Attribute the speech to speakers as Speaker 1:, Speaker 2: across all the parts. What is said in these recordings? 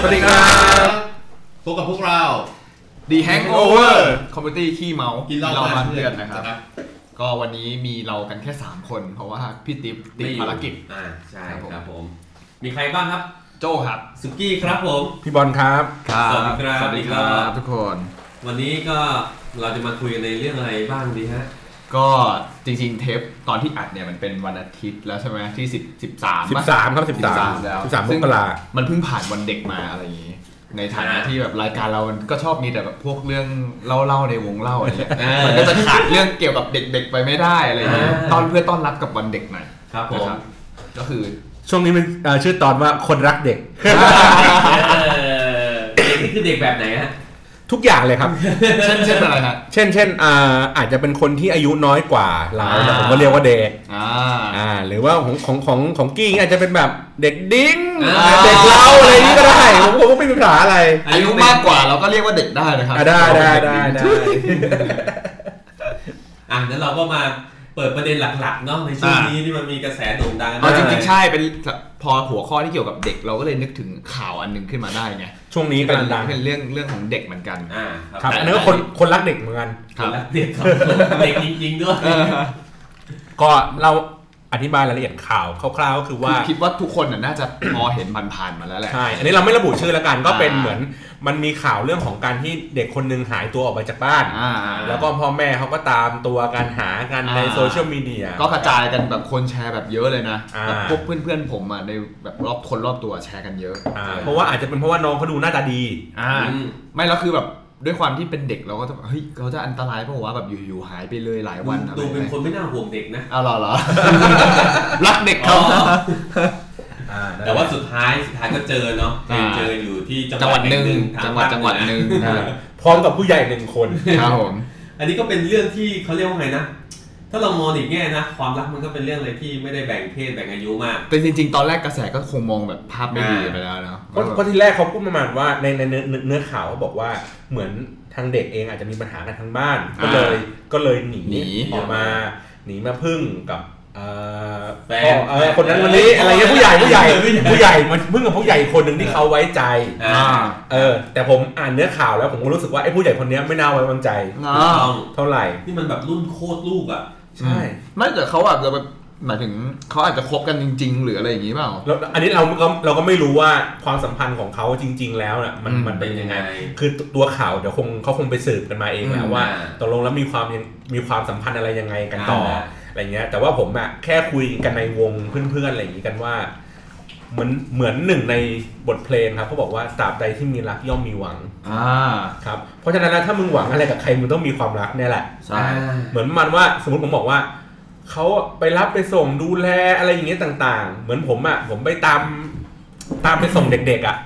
Speaker 1: สวัสดีครับ
Speaker 2: พบกับพวกเรา
Speaker 1: The Hangover คอมมูนิตี้ขี้เมา
Speaker 2: กิ
Speaker 1: กิ
Speaker 2: นเหล้า
Speaker 1: บ้าน
Speaker 2: เพื่
Speaker 1: เพื่
Speaker 2: อ
Speaker 1: อน น
Speaker 2: นะ
Speaker 1: นะ
Speaker 2: ค
Speaker 1: ค
Speaker 2: รั
Speaker 1: รับ บ ก็วันนี้มีเรากันแค่ 3 คน เพราะว่าพี่ติ๊บติด
Speaker 3: ไม่อยู่
Speaker 1: ภารกิจ
Speaker 3: อ่าใช่
Speaker 1: ค
Speaker 3: ค
Speaker 1: รั
Speaker 3: รั
Speaker 1: บบผ
Speaker 3: ผม ม มีใครบ้างครับ
Speaker 1: โจครับ
Speaker 3: สุกี้ครับผม
Speaker 4: พี่บอลครับ
Speaker 3: สวัสดีครับ
Speaker 1: สวัสดีค
Speaker 3: อีก
Speaker 1: รั
Speaker 3: รอ
Speaker 1: บบ ทุกคน
Speaker 3: วันนี้ก็เราจะมาคุยกันในเรื่องอะไรบ้างดีฮะ
Speaker 1: ก็จริงๆ เทปตอนที่อัดเนี่ยมันเป็นวันอาทิตย์แล้วใช่ไหมที่10 13
Speaker 4: 13 ครับ 13
Speaker 1: แล้ว
Speaker 4: 13ม
Speaker 1: ซึ่ง
Speaker 4: กรา
Speaker 1: มันเพิ่งผ่านวันเด็กมาอะไรอย่างนี้ ในฐานะ
Speaker 3: อ่า
Speaker 1: ที่แบบรายการเรามันก็ชอบมีแต่แบบพวกเรื่องเล่าเล่าๆในวงเล่าอะไรเงี้ย
Speaker 3: เออ
Speaker 1: มันก็จะขาดเรื่องเกี่ยวกับเด็กๆไปไม่ได้อะไรเงี้ย
Speaker 3: อ่า
Speaker 1: ตอนเพื่อต้อนรับกับวันเด็กหน่อย
Speaker 3: ครับผ
Speaker 1: นะ
Speaker 3: ม
Speaker 1: ครับก็คือ
Speaker 4: ช่วงนี้มันเอ่อชื่อตอนว่าคนรักเด็ก
Speaker 3: เออเด็กนี่คือเด็กแบบไหนฮะ
Speaker 4: ทุกอย่างเลย ครับ
Speaker 1: เช่นเช่นอะไรฮะ
Speaker 4: เช่นเช่นอ่าอาจจะเป็นคนที่อายุน้อยกว่าเรา
Speaker 3: อ่า
Speaker 4: แต่ผมก็เรียกว่าเด็ก
Speaker 1: อ่า
Speaker 4: อ่าหรือว่าของของของของกี้อาจจะเป็นแบบเด็กดิ้ง
Speaker 1: อ่า
Speaker 4: เด็กเล่าอะไรนี้ก็ ได้ผมผมก็ไม่มีปัญหาอะไร
Speaker 1: อายุมากกว่าเราก็เรียกว่าเด็กได้นะครับ
Speaker 4: อ่าได้ได้ได้ได้
Speaker 3: อ่ะงั้นเราก็มาเปิดประเด็นหลักๆเนาะในช่วงนี้ที่มันมีกระแสโด่งดัง
Speaker 1: เอาจริงๆใช่เป็นพอหัวข้อที่เกี่ยวกับเด็กเราก็เลยนึกถึงข่าวอันหนึงขึ้นมาได้ไง
Speaker 4: ช่วงนี้
Speaker 1: เป็น
Speaker 4: กำลังดัง
Speaker 1: เป็นเรื่องเรื่องของเด็กเหมือนกัน
Speaker 3: อ่าค
Speaker 4: ครั
Speaker 3: รับบ
Speaker 4: อันนี้ก็คนคนรักเด็กเหมือนกัน
Speaker 1: ครับ
Speaker 3: รักเด็กครับเด็กจริงๆด้วย
Speaker 1: เออ
Speaker 4: ก็เราอธิบายรายละเอียดข่าวคร่าวๆก็คือว่า
Speaker 1: คิดว่าทุกคนน่ะน่าจะพอเห็นผ่านๆมาแล้วแหละ
Speaker 4: ใช่ อันนี้เราไม่ระบุชื่อแล้วกัน ก็เป็น
Speaker 1: อ่า
Speaker 4: เหมือนมันมีข่าวเรื่องของการที่เด็กคนหนึ่งหายตัวออกไปจากบ้าน
Speaker 1: อ่า
Speaker 4: แล้วก็พ่อแม่เขาก็ตามตัวกันหากันใน
Speaker 1: อ่า
Speaker 4: โซเชียลมีเดีย
Speaker 1: ก็กระจายกันแบบคนแชร์แบบเยอะเลยนะ
Speaker 4: อ่า
Speaker 1: แบบพวกเพื่อนๆผมอ่ะในแบบรอบคนรอบตัวแชร์กันเยอะ
Speaker 4: อ่าเพราะว่าอาจจะเป็นเพราะว่าน้องเขาดูหน้าตาดี
Speaker 1: อ่า
Speaker 3: อืม
Speaker 1: ไม่แล้วคือแบบด้วยความที่เป็นเด็กเราก็จะแบบเฮ้ยเขาจะอันตรายเพราะว่าแบบอยู่ๆหายไปเลยหลายวันอะไร
Speaker 3: ดูเป็นค
Speaker 1: แบบ
Speaker 3: นไม่น่าห่วงเด็กนะ
Speaker 1: อ้าวเหรอเหรอ รักเด็กเขา
Speaker 3: อ๋อ แต่ว่าสุดท้ายสุดท้ายก็เจอเนาะ
Speaker 1: อ่า
Speaker 3: เจออยู่ที่
Speaker 1: จังหวัดหนึ่ง
Speaker 3: ทา
Speaker 1: จังหวัด
Speaker 3: ภาค
Speaker 1: จังหวัด
Speaker 3: เอ
Speaker 1: หนึ่ง
Speaker 4: อ่าพร้อมกับผู้ใหญ่หนึ่งคน
Speaker 1: ครับผม
Speaker 3: อันนี้ก็เป็นเรื่องที่เขาเรียกว่าไงนะ ถ้าเรามองอีกแง่นะ ความรักมันก็เป็นเรื่องอะไรที่ไม่ได้แบ่งเพศแบ่งอายุมาก
Speaker 1: แต่จริง ๆ ตอนแรกกระแสก็คงมองแบบภาพไม่ดี
Speaker 3: อ่า
Speaker 1: ไปแล้วเนาะ
Speaker 4: เพราะเพราะที่แรกเขาพูดประมาณว่าในในเนื้อเนื้อเนื้อข่าวเขาบอกว่าเหมือนทางเด็กเองอาจจะมีปัญหากันทางบ้าน ก็เลยก็เลยหนี
Speaker 1: หนี
Speaker 4: ออกมาหนีมาพึ่งกับเอ่อ
Speaker 3: แฟน
Speaker 4: พ่อเอ่อคนนั้นคนนี้
Speaker 3: แฟน
Speaker 4: อะไรเงี้ยผู้ใหญ่ผู้ใหญ่
Speaker 3: ผู้ใหญ่
Speaker 4: ผู้ใหญ่มันพึ่งกับผู้ใหญ่อีกคนหนึ่งที่เขาไว้ใจ
Speaker 3: อ่า
Speaker 1: อ่า
Speaker 4: เออแต่ผมอ่านเนื้อข่าวแล้วผมก็รู้สึกว่าไอ้ผู้ใหญ่คนเนี้ยไม่น่าไว้วางใจ
Speaker 1: เน
Speaker 3: ถูก
Speaker 1: าะ
Speaker 3: ต้อง
Speaker 4: เท่าไหร่
Speaker 3: นี่มันแบบรุ่นโคตรลูกอ่ะ
Speaker 4: ใช่
Speaker 1: ไม่แต่เขาอาจจะแบบหมายถึงเขาอาจจะคบกันจริง ๆ หรืออะไรอย่างนี้เปล่า
Speaker 4: แล้วอันนี้เราก็เราก็ไม่รู้ว่าความสัมพันธ์ของเขาจริง ๆ แล้วน่ะมัน
Speaker 1: อืม
Speaker 4: มันเป็นยังไง
Speaker 3: เป็นยังไง
Speaker 4: คือตัวข่าวเดี๋ยวคงเขาคงไปสืบกันมาเองแห
Speaker 1: อื
Speaker 4: ละ
Speaker 1: ม
Speaker 4: ว่า
Speaker 3: อ่า
Speaker 4: ตกลงแล้วมีความยังมีความสัมพันธ์อะไรยังไงกันต่ออา อะไรเงี้ย แต่ว่าผมอะแค่คุยกันในวงเพื่อนๆอะไรอย่างงี้กันว่าเหมือนเหมือนหนึ่งในบทเพลงครับเขาบอกว่าตราบใดที่มีรักย่อมมีหวัง
Speaker 1: อ่า
Speaker 4: ครับเพราะฉะนั้นแล้วถ้ามึงหวังอะไรกับใครมึงต้องมีความรักเนี่ยแหละ
Speaker 1: ใช่
Speaker 3: อ่า
Speaker 4: เหมือนประมันว่าสมมติผมบอกว่าเขาไปรับไปส่งดูแลอะไรอย่างเงี้ยต่างๆ เหมือนผมอะ่ะผมไปตามตามไปส่งเด็กๆอะ่ะ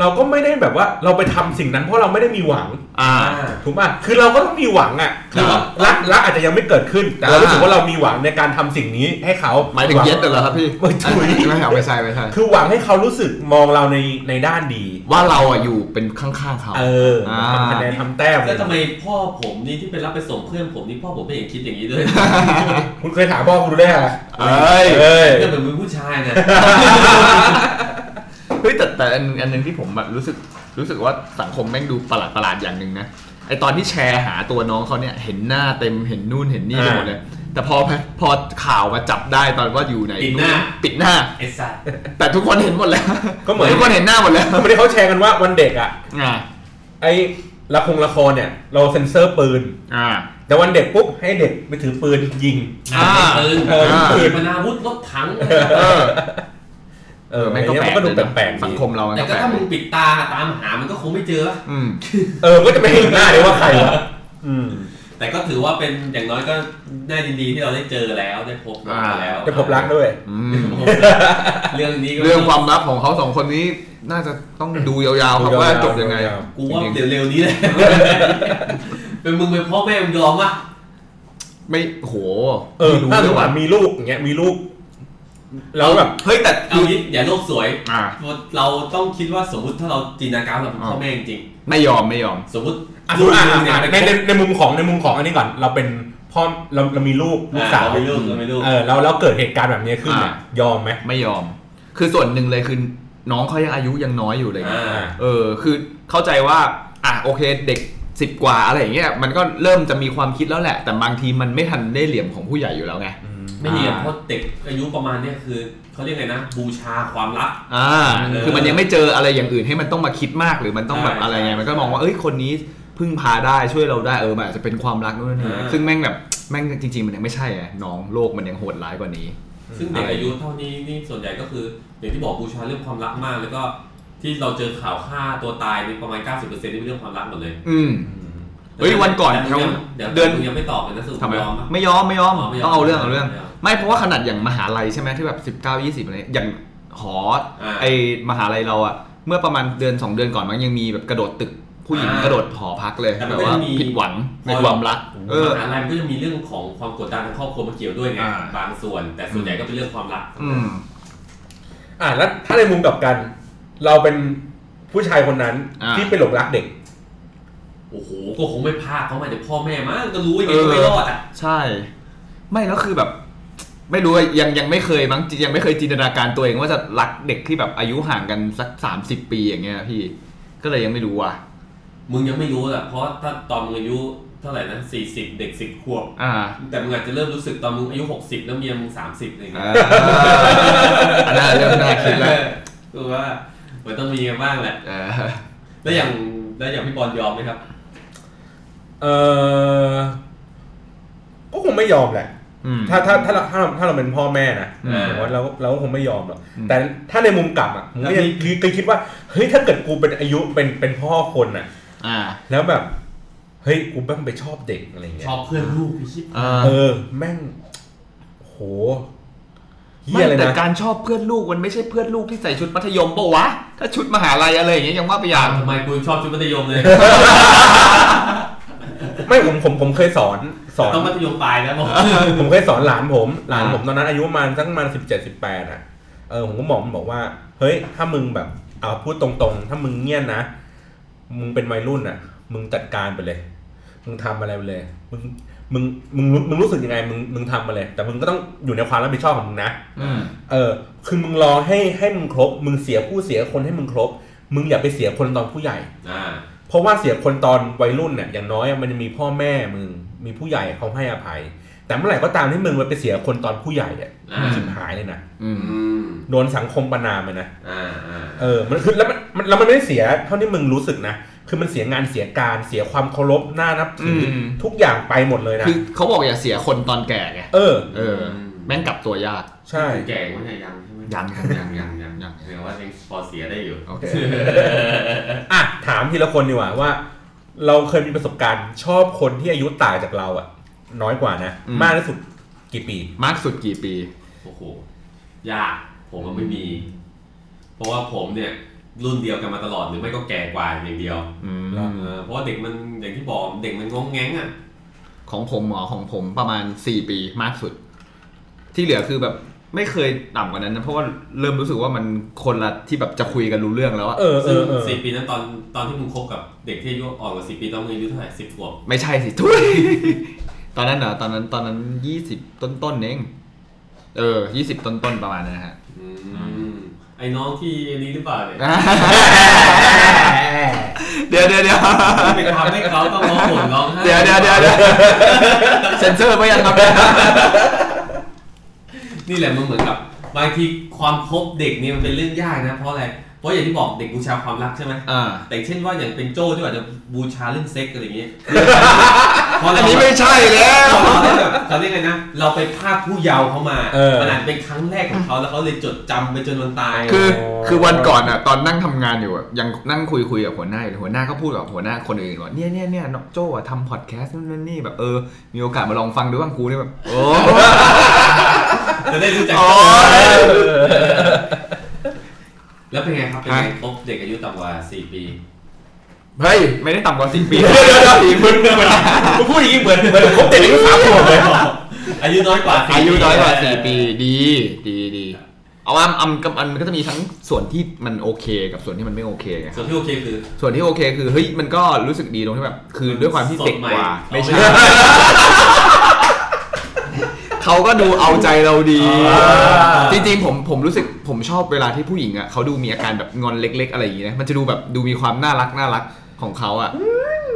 Speaker 4: เราก็ไม่ได้แบบว่าเราไปทำสิ่งนั้นเพราะเราไม่ได้มีหวัง
Speaker 1: อ่า
Speaker 3: อ่า
Speaker 4: ถูกป่ะคือเราก็ต้องมีหวังอะ่ะคือ
Speaker 1: ครับ
Speaker 4: รักรักอาจจะยังไม่เกิดขึ้น แต่เรารู้สึกว่าเรามีหวังในการทำสิ่งนี้ให้เขา
Speaker 1: หมายถึง
Speaker 4: วั
Speaker 1: เย็ดเหรอครับพี่
Speaker 4: ไม่ใช่
Speaker 1: ไม่เอาไม่ใช่ไม่ใช่
Speaker 4: คือหวังให้เขารู้สึกมองเราในในด้านดี
Speaker 1: ว่าเราอ่ะอยู่เป็นข้างๆเขา
Speaker 4: เออ
Speaker 1: อ่า
Speaker 4: ทำคะแนนทำแต้ม
Speaker 3: แล้วทำไมพ่อผมนี่ที่ไปรับไปส่งเพื่อนผมนี่พ่อผมไม่เห็นคิดอย่างนี้ด้วย
Speaker 4: คุณเคยถามพ่อคุณดูได้ไหม
Speaker 1: เอ้ย
Speaker 4: เอ้ย
Speaker 3: เพื่อนเป็นมือผู้ชาย นะ
Speaker 1: เฮ้ยแต่แต่อันอันหนึงที่ผมแบบรู้สึกรู้สึกว่าสังคมแม่งดูประหลาดประหลาดอย่างหนึ่งนะไอตอนที่แชร์หาตัวน้องเขาเนี่ยเห็นหน้าเต็มเห็นนู่นเห็นนี่ไป
Speaker 4: อ่า
Speaker 1: หมดเลย แต่พอพอข่าวมาจับได้ตอนว่าอยู่ไหน
Speaker 3: ปิดหน้า
Speaker 1: ปิดหน้า
Speaker 3: ไอ้สัตว์
Speaker 1: แต่ทุกคนเห็นหมดแล้ว
Speaker 4: ก็เหมือน
Speaker 1: ทุกคนเห็นหน้าหมดแล้ว
Speaker 4: ทำไมได้เขาแชร์กันว่าวันเด็กอ่ะ
Speaker 1: อ่า
Speaker 4: ไอ้ละครละครเนี่ยเราเซ็นเซอร์ปืน
Speaker 1: อ่า
Speaker 4: แต่วันเด็กปุ๊บให้เด็กไปถือปืนยิง
Speaker 1: อ่า
Speaker 3: ไอ้ปืน
Speaker 4: เออ
Speaker 3: ปืนมนาวุธรถถังอะไร
Speaker 1: เอ
Speaker 3: นะ
Speaker 1: อ
Speaker 4: เออไม่ก็แปลก
Speaker 1: ดู
Speaker 4: ดูแปลกๆ
Speaker 1: สัง
Speaker 4: ดี
Speaker 1: คมเรามัน
Speaker 3: แต่
Speaker 1: ก็
Speaker 3: ก็
Speaker 1: แปลก
Speaker 3: ถ้ามึ
Speaker 1: ดี
Speaker 3: งปิดตาตามหามันก็คงไม่เจอวะ
Speaker 1: อืม
Speaker 4: เออก็จะไม่เห็นหน้าเลยว่าใครวะอืม
Speaker 3: แต่ก็ถือว่าเป็นอย่างน้อยก็น่ายินดีที่เราได้เจอแล้วได้พบ
Speaker 1: อ่า
Speaker 3: แล้ว
Speaker 4: จะพบรักด้วย
Speaker 1: อืม
Speaker 3: เรื่องนี้ก็
Speaker 1: เรื่องความลับของเขาสองคนนี้น่าจะต้องดูยาวๆครับ
Speaker 4: ดูยาวๆ
Speaker 1: ว่าจบยังไง
Speaker 4: ดูยาว
Speaker 3: กูว่าเร็วๆนี้เลย เป็นมึงเป็นพ่อแม่มึงยอมปะ
Speaker 1: ไม่โห
Speaker 4: เออ
Speaker 1: ไม่
Speaker 4: ถ้าส
Speaker 1: รู้
Speaker 4: มม
Speaker 1: ว่า
Speaker 4: ติมีลูกอย่างเงี้ยมีลูกแล้วแบบ
Speaker 1: เฮ้ยแต่
Speaker 3: เอางี้อย่าโลกสวย
Speaker 1: อ่ะ
Speaker 3: เราต้องคิดว่าสมมติถ้าเราจินตนาการเราเป็นพ่อแม่จริง
Speaker 1: ไม่ยอมไม่ยอม
Speaker 3: ๆสมมติ
Speaker 4: อ่ะ
Speaker 3: ลูก
Speaker 4: อ่ะ
Speaker 3: มึงเนี่ย
Speaker 4: อ่ะ
Speaker 3: ไป
Speaker 4: ในในในมุมของในมุมของอันนี้ก่อน เราเป็นพ่อเราเรามีลูกลูกสาว
Speaker 3: เรไม่ลูกเราไม่ลูก
Speaker 4: เออแล้วแล้วเกิดเหตุการณ์แบบนี้ขึ้นเนี่ย
Speaker 1: อ่ะ
Speaker 4: ยอมไหม
Speaker 1: ไม่ยอม คือส่วนหนึ่งเลยคือ น้องเขายังอายุยังน้อยอยู่เลยนะ
Speaker 3: อ่า
Speaker 1: เออ คือเข้าใจว่า อ่ะโอเคเด็กสิบกว่าอะไรอย่างเงี้ยมันก็เริ่มจะมีความคิดแล้วแหละ แต่บางทีมันไม่ทันได้เหลี่ยมของผู้ใหญ่อยู่แล้วไง
Speaker 4: อืม
Speaker 3: ไม่ดีอ่ะ
Speaker 1: อ่า
Speaker 3: เพราะเด็กอายุประมาณเนี้ยคือเขาเรียกไงนะ บูชาความรัก
Speaker 1: อ่า
Speaker 3: เออ
Speaker 1: คือมันยังไม่เจออะไรอย่างอื่นให้มันต้องมาคิดมากหรือมันต้องแบบ
Speaker 3: ใช่
Speaker 1: อะไรไง มันก็มองว่าเอ้ยคนนี้พึ่งพาได้ช่วยเราได้เออมันอาจจะเป็นความรักนู่นนี่
Speaker 3: อ่า
Speaker 1: ซึ่งแม่งแบบแม่งจริงๆมันยังไม่ใช่ไงน้องโลกมันยังโหดร้ายกว่านี้
Speaker 3: ซึ่งเด็กอายุเท่านี้นี่ส่วนใหญ่ก็คืออย่างที่บอกบูชาเรื่องความรักมาก แล้วก็ที่เราเจอข่าวฆ่าตัวตายนี่ประมาณ 90%นี่เป็นเรื่องความรักหมดเลย
Speaker 1: อืม เฮ้ยวันก่อน
Speaker 3: แต่มึงยัง
Speaker 1: เดี๋
Speaker 3: เดี๋ยวว
Speaker 1: ยเดือน
Speaker 3: มึงยังไม่ตอบเลยนะสุด
Speaker 1: ทำไม
Speaker 3: ยอมปะ
Speaker 1: ไม่ยอมไม่ยอม
Speaker 3: อ๋อไม่ยอม
Speaker 1: ต้องเอาเรื่องเอาเรื่อง
Speaker 3: ไม่ยอม
Speaker 1: ไม่เพราะว่าขนาดอย่างมหาลัยใช่ไหมที่แบบ19 20อะไรอย่างหออา ไอมหาลัยเราอะเมื่อประมาณเดือนสองเดือนก่อนมันยังมีแบบกระโดดตึกผู้หญิง
Speaker 3: อ่าก
Speaker 1: กระโดดหอพักเลย
Speaker 3: แต่มัน
Speaker 1: แบบ
Speaker 3: ก็
Speaker 1: ว่า
Speaker 3: จะมี
Speaker 1: ผิดหวังในความรักเออ
Speaker 3: มหาลัยมันก็จะมีเรื่องของความกดดันทางครอบครัวมาเกี่ยวด้วยไง
Speaker 1: อ่า
Speaker 3: บางส่วน แต่ส่วนใหญ่ก็เป็นเรื่องความรัก
Speaker 1: อืม
Speaker 4: อ่ะแล้วถ้าในมุมกลับกัน เราเป็นผู้ชายคนนั้น
Speaker 1: อ่ะ
Speaker 4: ที่ไปหลงรักเด็ก
Speaker 3: โอ้โห ก็คงไม่พลาดเขามาเดี๋ยวพ่อแม่มาก็รู้ยังไงก็ไม่รอดอ่ะ
Speaker 1: ใช่ ไม่แล้วคือแบบ ไม่รู้อะยังยังไม่เคยมั้งยังไม่เคยจินตนาการตัวเองว่าจะรักเด็กที่แบบอายุห่างกันสักสามสิบปีอย่างเงี้ยพี่ ก็เลยยังไม่รู้อ่ะ
Speaker 3: มึงยังไม่รู้แหละเพราะถ้าตอนมึงอายุเท่าไหร่นะสี่สิบเด็กสิบขวบ
Speaker 1: อ่า
Speaker 3: แต่มึงอาจจะเริ่มรู้สึกตอนมึงอายุหกสิบแล้วเมียมึงสามสิบอะไรอย่างเงี้ย
Speaker 1: อ่าอันนั้นเริ่มน่าคิดแล้ว
Speaker 3: คือว่ามันต้องมีกันบ้างแหละ
Speaker 1: เออ
Speaker 3: แล้วอย่างแล้วอย่างพี่บอลยอมไหมครับ
Speaker 4: เออก็คงไม่ยอมแหละ
Speaker 1: อืม
Speaker 4: ถ้าถ้าถ้าเราถ้าเราถ้าเราเป็นพ่อแม่นะ
Speaker 1: อืม
Speaker 4: ผมว่าเราก็เราก็คงไม่ยอมหรอก
Speaker 1: อืม
Speaker 4: แต่ถ้าในมุมกลับอ่ะผมก็ยังเคยคิดว่าเฮ้ยถ้าเกิดกูเป็นอายุเป็นเป็นพ่อคนอ่ะ
Speaker 1: อ่า
Speaker 4: แล้วแบบเฮ้ยกูแม่งไปชอบเด็กอะไรเงี้
Speaker 3: ช
Speaker 4: ย
Speaker 3: อบเพื่อนลูกพี่ชิบ
Speaker 1: เออ
Speaker 4: เออแม่งโหเฮียอะไร
Speaker 1: ไม่แต่
Speaker 4: นะ
Speaker 1: การชอบเพื่อนลูกมันไม่ใช่เพื่อนลูกที่ใส่ชุดมัธยมปะวะ ถ้าชุดมหาลัยอะไรอย่างเงี้ยยังว่าไปอย่าง
Speaker 3: ทำไมกูยังชอบชุดมัธยมเลย
Speaker 4: ไม่ผมผมผมเคยสอนสอน
Speaker 3: ต้องมัธยมปลายแล้วบอก
Speaker 4: ผมเคยสอนหลานผม หลานผมตอนนั้นอายุประมาณสักประมาณสิบเจ็ดสิบแปดอ่ะ เออผมก็บอกมันบอกว่า เฮ้ย ถ้ามึงแบบเอาพูดตรงๆ ถ้ามึงเงียบนะ มึงเป็นวัยรุ่นอ่ะ มึงจัดการไปเลย มึงทำอะไรไปเลย มึง มึง มึงรู้มึงรู้สึกยังไง มึง มึงทำไปเลย แต่มึงก็ต้องอยู่ในความรับผิดชอบของมึงนะ
Speaker 1: อืม
Speaker 4: เออ คือมึงรอให้ให้มึงครบ มึงเสียผู้เสียคนให้มึงครบ มึงอย่าไปเสียคนตอนผู้ใหญ่
Speaker 3: อ่า
Speaker 4: เพราะว่าเสียคนตอนวัยรุ่นเนี่ยอย่างน้อยอะมันจะมีพ่อแม่มึงมีผู้ใหญ่เขาให้อภัย แต่เมื่อไหร่ก็ตามที่มึงไปเสียคนตอนผู้ใหญ่เนี่ย
Speaker 3: อ่า
Speaker 4: มันชิบหายเลยนะ
Speaker 1: อืม
Speaker 3: อืม
Speaker 4: โดนสังคมประนามเลยนะ
Speaker 3: อ่าอ่า
Speaker 4: เออมันคือแล้วมันมันแล้วมันไม่ได้เสียเท่าที่มึงรู้สึกนะคือมันเสียงานเสียการเสียความเคารพหน้านับถืออ
Speaker 1: ม
Speaker 4: ทุกอย่างไปหมดเลยนะ
Speaker 1: คือเขาบอกอย่าเสียคนตอนแก่ไง
Speaker 4: เออ
Speaker 1: เออ
Speaker 3: อืม
Speaker 1: แม่งกลับตัวยาก
Speaker 4: ใช่
Speaker 3: แก่กว่าเนี่ยยังใช่ไหม
Speaker 1: ยังครับ
Speaker 3: ยังยังยัง
Speaker 1: ยัง
Speaker 3: เรียกว่ายังพอเสียได้อยู่
Speaker 1: โอเค
Speaker 4: อ่ะถามทีละคนดีกว่าว่า เราเคยมีประสบการณ์ชอบคนที่อายุต่างจากเราอะน้อยกว่านะ
Speaker 1: อืม
Speaker 4: มากที่สุดกี่ปี
Speaker 1: มากสุดกี่ปี
Speaker 3: โอ้โห ยาก ผมมันไม่มี เพราะว่าผมเนี่ย รุ่นเดียวกันมาตลอดหรือไม่ก็แก่กว่าอย่างเดียว
Speaker 1: อืม
Speaker 4: ครับ
Speaker 3: เออเพราะว่าเด็กมันอย่างที่บอกเด็กมันงงแงงอ่ะ
Speaker 1: ของผมหมอของผมประมาณ 4 ปีมากสุด ที่เหลือคือแบบไม่เคยต่ำกว่านั้นนะ เพราะว่าเริ่มรู้สึกว่ามันคนละที่แบบจะคุยกันรู้เรื่องแล้วอะ
Speaker 4: เออเอ
Speaker 3: ซึ่ง
Speaker 4: อเออ
Speaker 3: สี่ปีนั้นตอนตอนที่มึงคบกับเด็กที่อายุอ่อนกว่าสี่ปีตอนมึงอายุเท่าไหร่สิบขวบ
Speaker 1: ไม่ใช่สิ ทุย ตอนนั้นเหรอตอนนั้นตอนนั้นยี่สิบต้นต้นๆเองเออยี่สิบต้นต้นๆประมาณนั้นนะฮ ะ
Speaker 3: อืมไอ้น้องที่นี้หรือเปล่าเนี่ย
Speaker 1: เดี๋ยวเดี๋ยวเดี๋ยว
Speaker 3: ที่ไปทำให้เขาต้องร้องห่มร้องไห้
Speaker 1: เดี๋ยวเดี๋ยวเดี๋ยวเดี๋ยวเซ็นเซอร์ไม่ยังครับ
Speaker 3: นี่แหละมันเหมือนกับบางทีความคบเด็กเนี่ยมันเป็นเรื่องยากนะ เพราะอะไร เพราะอย่างที่บอกเด็กบูชาความรักใช่ไหม
Speaker 1: อ่า
Speaker 3: แต่เช่นว่าอย่างเป็นโจ้ที่อาจจะบูชาเรื่องเซ็กอะไรอย่างเงี้ย เพราะ
Speaker 1: อั
Speaker 3: เรา
Speaker 1: นนี้ไม่ใช่แล้ว
Speaker 3: เราได้แบบเขาเรียกไงนะ เราไปภาคผู้เยาว์เขามา
Speaker 4: เออ
Speaker 3: มันอาจเป็นครั้งแรกของเขาแล้วเขาเลยจดจำไปจนวันตาย
Speaker 1: คือ
Speaker 4: อ๋อ
Speaker 1: คือวันก่อนอ่ะตอนนั่งทำงานอยู่อะยังนั่งคุยคุยกับหัวหน้าอยู่หัวหน้าก็พูดกับหัวหน้าคนอื่นว่าเนี่ยเนี่ยเนี่ยน้องโจ้อะทำพอดแคสต์นู่นนนนี่แบบเออมีโอกาสมาลองฟังดูบ้างกูเนี่ยแบบโอ้
Speaker 3: จะได้รู้จัก
Speaker 1: อ๋อ
Speaker 3: แล้วเป็นไงครับ เป็นไงครบเด็กอายุต่ำกว่า 4 ปี
Speaker 1: เฮ้ยไม่ได้ต่ำกว่าสิบปี
Speaker 4: เดี๋ยวเดี๋ยวเดี๋ยวมึงมึงมึงพูดอย่างนี้เหมือนเหมือนคบแต่อายุสามขวบเลย
Speaker 3: อายุน้อยกว่า4
Speaker 1: อายุน้อยกว่า
Speaker 3: ปี
Speaker 1: สี่ปีดีดีดีเอาว่าอันกับอันก็จะมีทั้งส่วนที่มันโอเคกับส่วนที่มันไม่โอเคไง
Speaker 3: ส่วนที่โอเคคือ
Speaker 1: ส่วนที่โอเคคือเฮ้ยมันก็รู้สึกดีตรงที่แบบคือด้วยความที่เด็กกว่า
Speaker 3: สดใหม่
Speaker 1: ไม่ใช่ เขาก็ดูเอาใจเราดี
Speaker 4: อ่า
Speaker 1: จริงๆผมผมรู้สึกผมชอบเวลาที่ผู้หญิงอ่ะเขาดูมีอาการแบบงอนเล็ก ๆ อะไรอย่างงี้นะมันจะดูแบบดูมีความน่ารักน่ารักของเขาอ่ะ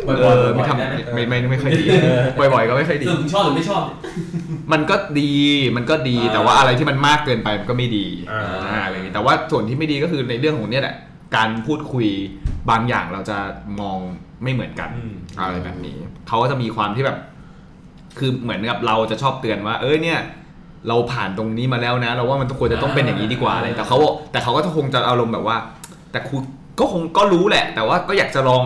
Speaker 3: บ่อยๆ
Speaker 1: เออ
Speaker 3: บ่
Speaker 1: ไม่
Speaker 3: อยๆ
Speaker 1: ทำ
Speaker 3: ได้ไหม
Speaker 1: ไม่ไม่ไม่ไม่ค่อยดีบ่อยๆก็ไม่ค่อยดี
Speaker 3: คือมึงชอบหรือไม่ชอบ
Speaker 1: มันก็ดีมันก็ดี
Speaker 3: อ่า
Speaker 1: แต่ว่าอะไรที่มันมากเกินไปมันก็ไม่ดี
Speaker 4: อ่า
Speaker 1: อ่าอะไรอย่างงี้แต่ว่าส่วนที่ไม่ดีก็คือในเรื่องของเนี่ยแหละการพูดคุยบางอย่างเราจะมองไม่เหมือนกัน
Speaker 4: อืม
Speaker 1: อะไรแบบนี้เขาก็จะมีความที่แบบ คือเหมือนกับเราจะชอบเตือนว่า เอ้ยเนี่ย เราผ่านตรงนี้มาแล้วนะ เราว่ามันควรจะต้องเป็นอย่างนี้ดีกว่าอะไรแต่เขาบอกแต่เขาก็จะคงจะอารมณ์แบบว่า แต่คุณก็คงก็รู้แหละ แต่ว่าก็อยากจะลอง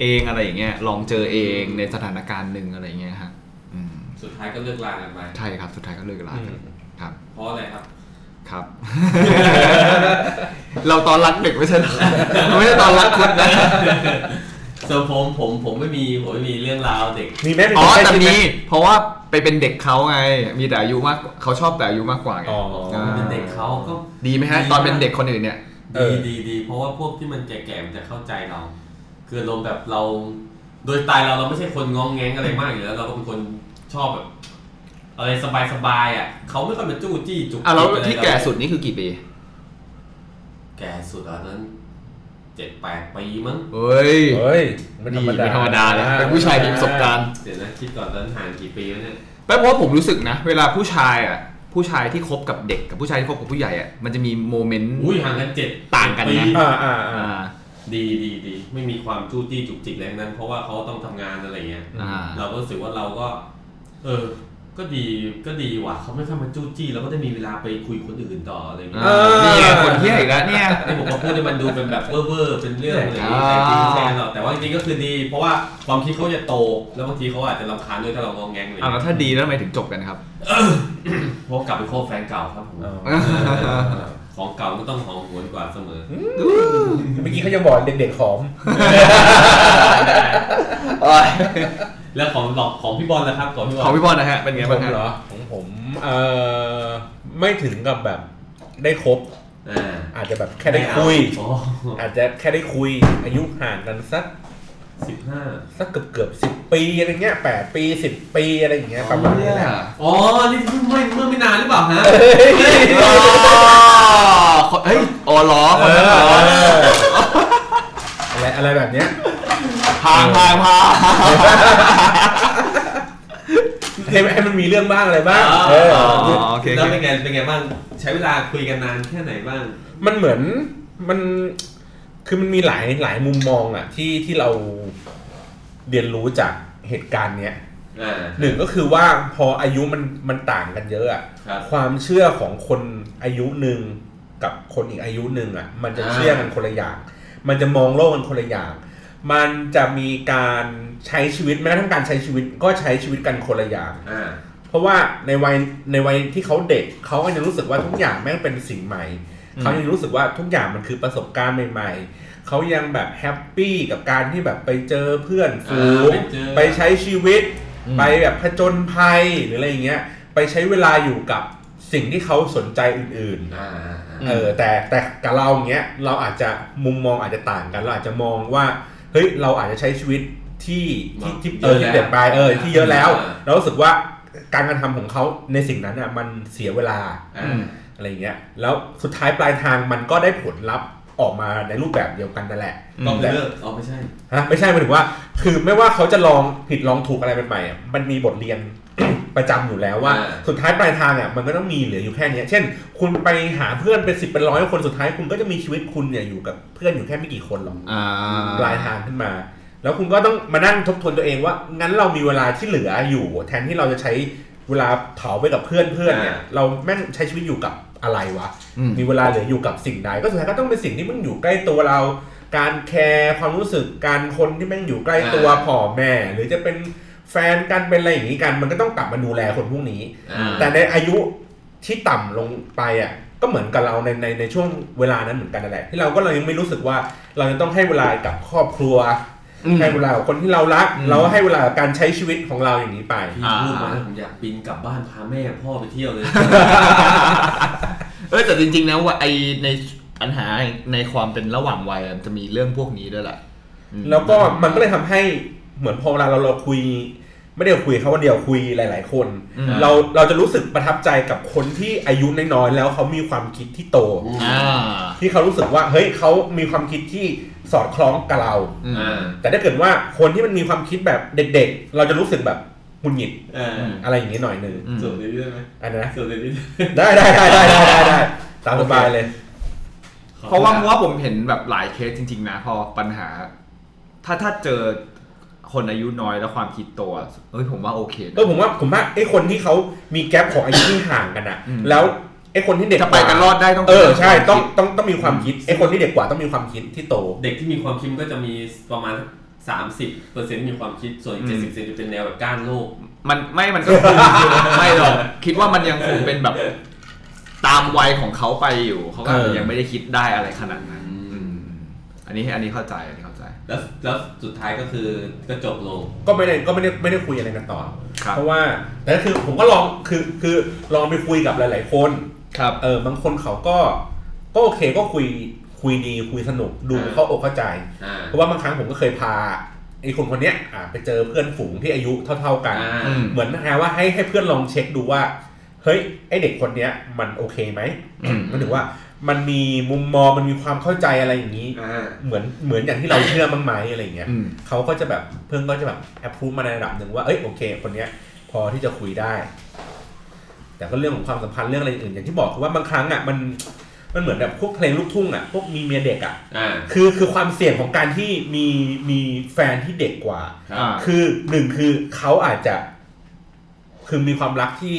Speaker 1: เองอะไรอย่างเงี้ยลองเจอเองในสถานการณ์หนึ่งอะไรอย่างเงี้ยฮะอืม
Speaker 3: สุดท้ายก็เลิกลากันไป
Speaker 1: ใช่ครับสุดท้ายก็เลิกลา
Speaker 4: อื
Speaker 1: กั
Speaker 4: ม
Speaker 1: นครับ
Speaker 3: เพราะอะไรครับ
Speaker 1: ครับ เราตอนรักเด็กไม่ใช่เหรอ ไม่ใช่ตอนรักคุณนะ
Speaker 3: เซอร์ผมผมผมไม่มีผมไม่มีเรื่องราวเด็ก
Speaker 4: มีไหม
Speaker 1: อ๋อแต่
Speaker 4: คนใกล้ชิดไห
Speaker 1: มีเพราะว่าไปเป็นเด็กเขาไง มีแต่อายุมากเขาชอบแต่อายุมากกว่าไง
Speaker 4: อ๋อ
Speaker 1: อ่า
Speaker 3: เป็นเด็กเขาก็
Speaker 1: ดีไหมฮะ
Speaker 3: ดี
Speaker 1: ตอนเป็นเด็กคนอื่นเนี่ย
Speaker 4: เอ
Speaker 3: ดี
Speaker 4: อ
Speaker 3: ดีดีเพราะว่าพวกที่มันแก่ๆมันจะเข้าใจเรา คือลมณ์แบบเรา โดยสไตล์เราเราไม่ใช่คนงองแงงอะไรมากอยู่แล้ว เราก็เป็นคนชอบแบบ อะไรสบายๆอ่ะเขาไม่ค่อยมาจู้จี้จุก
Speaker 1: อ่ะ
Speaker 3: จิก
Speaker 1: แล้ว
Speaker 3: อะไร
Speaker 1: ที่
Speaker 3: เรา
Speaker 1: แก่สุดนี่คือกี่ปี
Speaker 3: แก่สุดอ่ะนั้นเจ็ดแปดปีมั้ง
Speaker 1: เฮ้ย
Speaker 4: เฮ้ยไม่ธร
Speaker 1: นี่
Speaker 4: รมดา
Speaker 1: ไม่ธรรมดาเลยเป็นผู้ชายมีประสบการณ์
Speaker 3: เดี๋ยวนะคิดก่อนนั้นห่างกี่ปีวะเนี่ย
Speaker 1: แป๊บเพราะว่าผมรู้สึกนะ เวลาผู้ชายอ่ะ ผู้ชายที่คบกับเด็กกับผู้ชายที่คบกับผู้ใหญ่อ่ะมันจะมีโมเมนต์
Speaker 3: อุ้ยห่างกันเจ็ด
Speaker 1: ต่างกันนะ
Speaker 3: ปี
Speaker 4: อ่าอ่าอ่า
Speaker 1: อ่า
Speaker 3: ดีดีดีไม่มีความจู้จี้จุกจิกอะไรทั้งนั้น เพราะว่าเขาต้องทำงานอะไรเงี้ย
Speaker 1: อ่า
Speaker 3: เราก็รู้สึกว่าเราก็ เออ ก็ดี ก็ดีว่ะเขาไม่เข้ามาจู้จี้เราก็ได้มีเวลาไปคุยคนอื่นต่ออะไรอย่างเงี้ย
Speaker 1: อ่านี่ไงคนเที่ยอีกแล้วเนี่ย
Speaker 3: ไอ้ผมก็พูดให้มันดูเป็นแบบเว่อร์ๆเป็นเรื่องอะไรอย่างเงี้ย
Speaker 1: อ่า
Speaker 3: แต่จริงๆไม่ใช่หรอกแต่ว่าจริงๆก็คือดี เพราะว่าความคิดเขาจะโต แล้วบางทีเขาอาจจะรำคาญด้วยถ้าเรางองแงงเลย
Speaker 1: อ่าแล้วถ้าดีแล้วทำไมถึงจบกันครับ
Speaker 3: เพราะกลับไปโคบแฟนเก่าครับผม
Speaker 4: เออ
Speaker 3: เออของเก่าก็ต้องหอมหวนกว่าเสมอ
Speaker 4: เมื่อกี้เขาจะบอกเด็กๆหอม
Speaker 3: แล้วของหลอกของพี่บอลนะครับ ของพี่บอ
Speaker 1: ของ
Speaker 3: ล
Speaker 1: พี่บอลนะฮะเป็นไง
Speaker 4: ผ
Speaker 1: บ้าง
Speaker 4: ม
Speaker 1: ฮะ
Speaker 4: เหรอของผมเอ่อไม่ถึงกับแบบได้คบ
Speaker 3: อ่า
Speaker 4: อาจจะแบบแค่ได้คุย
Speaker 3: อ๋อ
Speaker 4: อาจจะแค่ได้คุย อายุห่างกันสัก
Speaker 3: สิบห้า
Speaker 4: สักเกือบเกือบสิบปีอะไรเงี้ยแปดปีสิบปีอะไรอย่างเงี้ยประมาณนี้แหละ
Speaker 3: อ๋อ นี่เพิ่งไม่เมื่อไม่นานหรือเปล่าฮะ
Speaker 1: อ๋อคนเฮ้ยอ๋อเหรอคนนั้นเหรอ
Speaker 4: เอออะไรอะไรแบบเนี้ย
Speaker 1: พางพางพาง
Speaker 4: ให้ให้มันมีเรื่องบ้างอะไรบ้าง
Speaker 3: อ๋อ
Speaker 4: เออ
Speaker 1: อ๋อโอเค
Speaker 3: แล้ว
Speaker 1: โอเค
Speaker 3: เป็นไง เป็นไงบ้าง ใช้เวลาคุยกันนานแค่ไหนบ้าง
Speaker 4: มันเหมือนมันคือมันมีหลายหลายมุมมองอะที่ที่เราเรียนรู้จากเหตุการณ์เนี้ย
Speaker 3: อ่า
Speaker 4: หนึ่งก็คือว่าพออายุมันมันต่างกันเยอะอะ
Speaker 3: ครับ
Speaker 4: ความเชื่อของคนอายุหนึ่งกับคนอีกอายุหนึ่งอะมันจะ
Speaker 3: อ่า
Speaker 4: เชื่อกันคนละอย่าง มันจะมองโลกกันคนละอย่าง มันจะมีการใช้ชีวิตแม้กระทั่งการใช้ชีวิตก็ใช้ชีวิตกันคนละอย่าง
Speaker 3: อ่า
Speaker 4: เพราะว่าในวัยในวัยที่เขาเด็กเขาก็ยังรู้สึกว่าทุกอย่างแม่งเป็นสิ่งใหม่ เขายังรู้สึกว่าทุกอย่างมันคือประสบการณ์ใหม่ๆ เขายังแบบแฮปปี้กับการที่แบบไปเจอเพื่อนฝูง
Speaker 3: อ่าไปเจอ
Speaker 4: ไปใช้ชีวิต
Speaker 1: อืม
Speaker 4: ไปแบบผจญภัยหรืออะไรอย่างเงี้ย ไปใช้เวลาอยู่กับสิ่งที่เขาสนใจอื่น
Speaker 3: อ่า
Speaker 1: อืม
Speaker 4: ๆ เออแต่แต่กับเราอย่างเงี้ยเราอาจจะมุมมองอาจจะต่างกัน เราอาจจะมองว่าเฮ้ยเราอาจจะใช้ชีวิตที่ที่ที่เออ
Speaker 3: เย
Speaker 4: ที่
Speaker 3: อะแล้ว
Speaker 4: เปลี่ยนไปเออที่เยอะแล้ว
Speaker 3: อ่า
Speaker 4: เรารู้สึกว่าการกระทำของเขาในสิ่งนั้นอ่ะมันเสียเวลา
Speaker 3: อ่า
Speaker 4: อะไรอย่างเงี้ย แล้วสุดท้ายปลายทางมันก็ได้ผลลัพธ์ออกมาในรูปแบบเดียวกันนั่นแหละ
Speaker 1: อืม
Speaker 3: ต้อง
Speaker 4: แต่
Speaker 3: เลิกอ๋อไม่ใช่
Speaker 4: ฮะไม่ใช่หมายถึงว่า คือไม่ว่าเขาจะลองผิดลองถูกอะไรใหม่ๆอ่ะมันมีบทเรียน ประจำอยู่แล้วว่า
Speaker 3: อ่า
Speaker 4: สุดท้ายปลายทางอ่ะมันก็ต้องมีเหลืออยู่แค่เนี้ย เช่น คุณไปหาเพื่อนเป็นสิบเป็นร้อยคนสุดท้ายคุณก็จะมีชีวิตคุณเนี่ยอยู่กับเพื่อนอยู่แค่ไม่กี่คนหรอก
Speaker 1: อ่า
Speaker 4: ปลายทางขึ้นมา แล้วคุณก็ต้องมานั่งทบทวนตัวเองว่า งั้นเรามีเวลาที่เหลืออยู่ แทนที่เราจะใช้เวลาเผาไปกับเพื่อนเพื่อนเนี่ย
Speaker 3: อ่า
Speaker 4: เราแม่งใช้ชีวิตอยู่กับอะไรวะ
Speaker 1: อืม
Speaker 4: มีเวลาเหลืออยู่กับสิ่งใด ก็สุดท้ายก็ต้องเป็นสิ่งที่มันอยู่ใกล้ตัวเรา การแคร์ความรู้สึก การคนที่แม่งอยู่ใกล้ตัว
Speaker 3: อ่า
Speaker 4: พ่อแม่ หรือจะเป็นแฟนกันเป็นอะไรอย่างนี้กัน มันก็ต้องกลับมาดูแลคนพวกนี้
Speaker 3: อ่า
Speaker 4: แต่ในอายุที่ต่ำลงไปอ่ะก็เหมือนกับเราในในในช่วงเวลานั้นเหมือนกันนั่นแหละที่เราก็เรายังไม่รู้สึกว่าเราจะต้องให้เวลากับครอบครัว
Speaker 1: อืม
Speaker 4: ให้เวลากับคนที่เรารัก
Speaker 1: อืม
Speaker 4: เราให้เวลากับการใช้ชีวิตของเราอย่างนี้ไป
Speaker 3: พี่พูดมาแล้วผมอยากบินกลับบ้านพาแม่พ่อไปเที่ยวเลย
Speaker 1: เออแต่จริงๆนะว่าไอในปัญหาในความเป็นระหว่างวัยอะมันจะมีเรื่องพวกนี้ด้วยแหละอืม
Speaker 4: แล้วก็มันก็เลยทำให้เหมือนพอเวลาเราเราคุย ไม่ได้คุยเขาคนเดียวคุยหลาย ๆ คน
Speaker 1: อืม
Speaker 4: เราเราจะรู้สึกประทับใจกับคนที่อายุน้อยๆแล้วเขามีความคิดที่โต
Speaker 1: อ่า
Speaker 4: ที่เขารู้สึกว่าเฮ้ยเขามีความคิดที่สอดคล้องกับเรา
Speaker 1: อืม
Speaker 3: อ่า
Speaker 4: แต่ถ้าเกิดว่าคนที่มันมีความคิดแบบเด็ก ๆ เราจะรู้สึกแบบหงุนหงิด
Speaker 3: เออ
Speaker 1: ม
Speaker 4: อะไรอย่างนี้หน่อยหนึง
Speaker 1: อืม
Speaker 3: ส่วนในนี้ได้ไหม
Speaker 4: อันนั้นนะ
Speaker 3: ส่วนในนี้ได้ไหม
Speaker 4: ได้ได้ได้ได้ได้ได้ได้ตามสบายเลย
Speaker 1: เพราะว่าเพราะว่าผมเห็นแบบหลายเคสจริงๆนะ พอปัญหา ถ้าถ้าเจอคนอายุน้อยแล้วความคิดโตอะเอ้ยผมว่าโอเค
Speaker 4: เอ
Speaker 1: นะ
Speaker 4: อผมว่าผมว่าไอ้คนที่เขามีแกลบของอายุที่ห่างกันอะ
Speaker 1: อืม
Speaker 4: แล้วไอ้คนที่เด็ก
Speaker 1: จะไปกันรอดได้ต้อง
Speaker 4: เออใช่ต้องต้องต้องมีความคิดไอ้คนที่เด็กกว่าต้องมีความคิดที่โต
Speaker 3: เด็กที่มีความคิดก็จะมีประมาณ 30เปอร์เซ็นต์มีความคิดส่วนอีก70เซนจะเป็นแนวแบบก้านโลก
Speaker 1: มันไม่มันก็คือไม่หรอกคิดว่ามันยังคงเป็นแบบ ตามวัยของเขาไปอยู่เขาก็
Speaker 4: เออ
Speaker 1: ยังไม่ได้คิดได้อะไรขนาดนั้นอืมอันนี้อันนี้เข้าใจอันนี้เข้าใจ
Speaker 3: แล้วแล้วสุดท้ายก็คือก็จบลง
Speaker 4: ก็ไม่ได้ก็ไม่ได้ไม่ได้คุยอะไรกันต่อ
Speaker 1: ครับ
Speaker 4: เพราะว่าแต่คือผมก็ลองคือคือลองไปคุยกับหลาย ๆ คน
Speaker 1: ครับ
Speaker 4: เออบางคนเขาก็ก็โอเคก็คุยคุยดีคุยสนุกดู
Speaker 3: อ่า
Speaker 4: เข้าอกเข้าใจ
Speaker 3: อ่า
Speaker 4: เพราะว่าบางครั้งผมก็เคยพาไอ้คนคนเนี้ยอ่าไปเจอเพื่อนฝูงที่อายุเท่า ๆกัน
Speaker 3: อ่า
Speaker 1: อืม
Speaker 4: เหมือนนะว่าให้ให้เพื่อนลองเช็คดูว่า เฮ้ยไอเด็กคนเนี้ยมันโอเคไหม
Speaker 1: อืม
Speaker 4: มันถึงว่ามันมีมุมมองมันมีความเข้าใจอะไรอย่างนี้
Speaker 3: อ่า
Speaker 4: เหมือนเหมือนอย่างที่เราเชื่อบ้างไหมอะไรอย่างเงี้ย
Speaker 1: อืม
Speaker 4: เขาก็จะแบบเพื่อนก็จะแบบแอปพูมาในระดับหนึ่งว่าเอ้ยโอเค คนเนี้ย พอที่จะคุยได้ แต่ก็เรื่องของความสัมพันธ์เรื่องอะไรอื่นอย่างที่บอกคือว่าบางครั้งอ่ะมันมันเหมือนแบบพวกเพลงลูกทุ่งอ่ะพวกมีเมียเด็กอ่ะ
Speaker 3: อ่า
Speaker 4: คือคือความเสี่ยงของการที่มีมีแฟนที่เด็กกว่า
Speaker 3: ครับ
Speaker 1: อ่า
Speaker 4: คือหนึ่งคือเขาอาจจะ คือมีความรักที่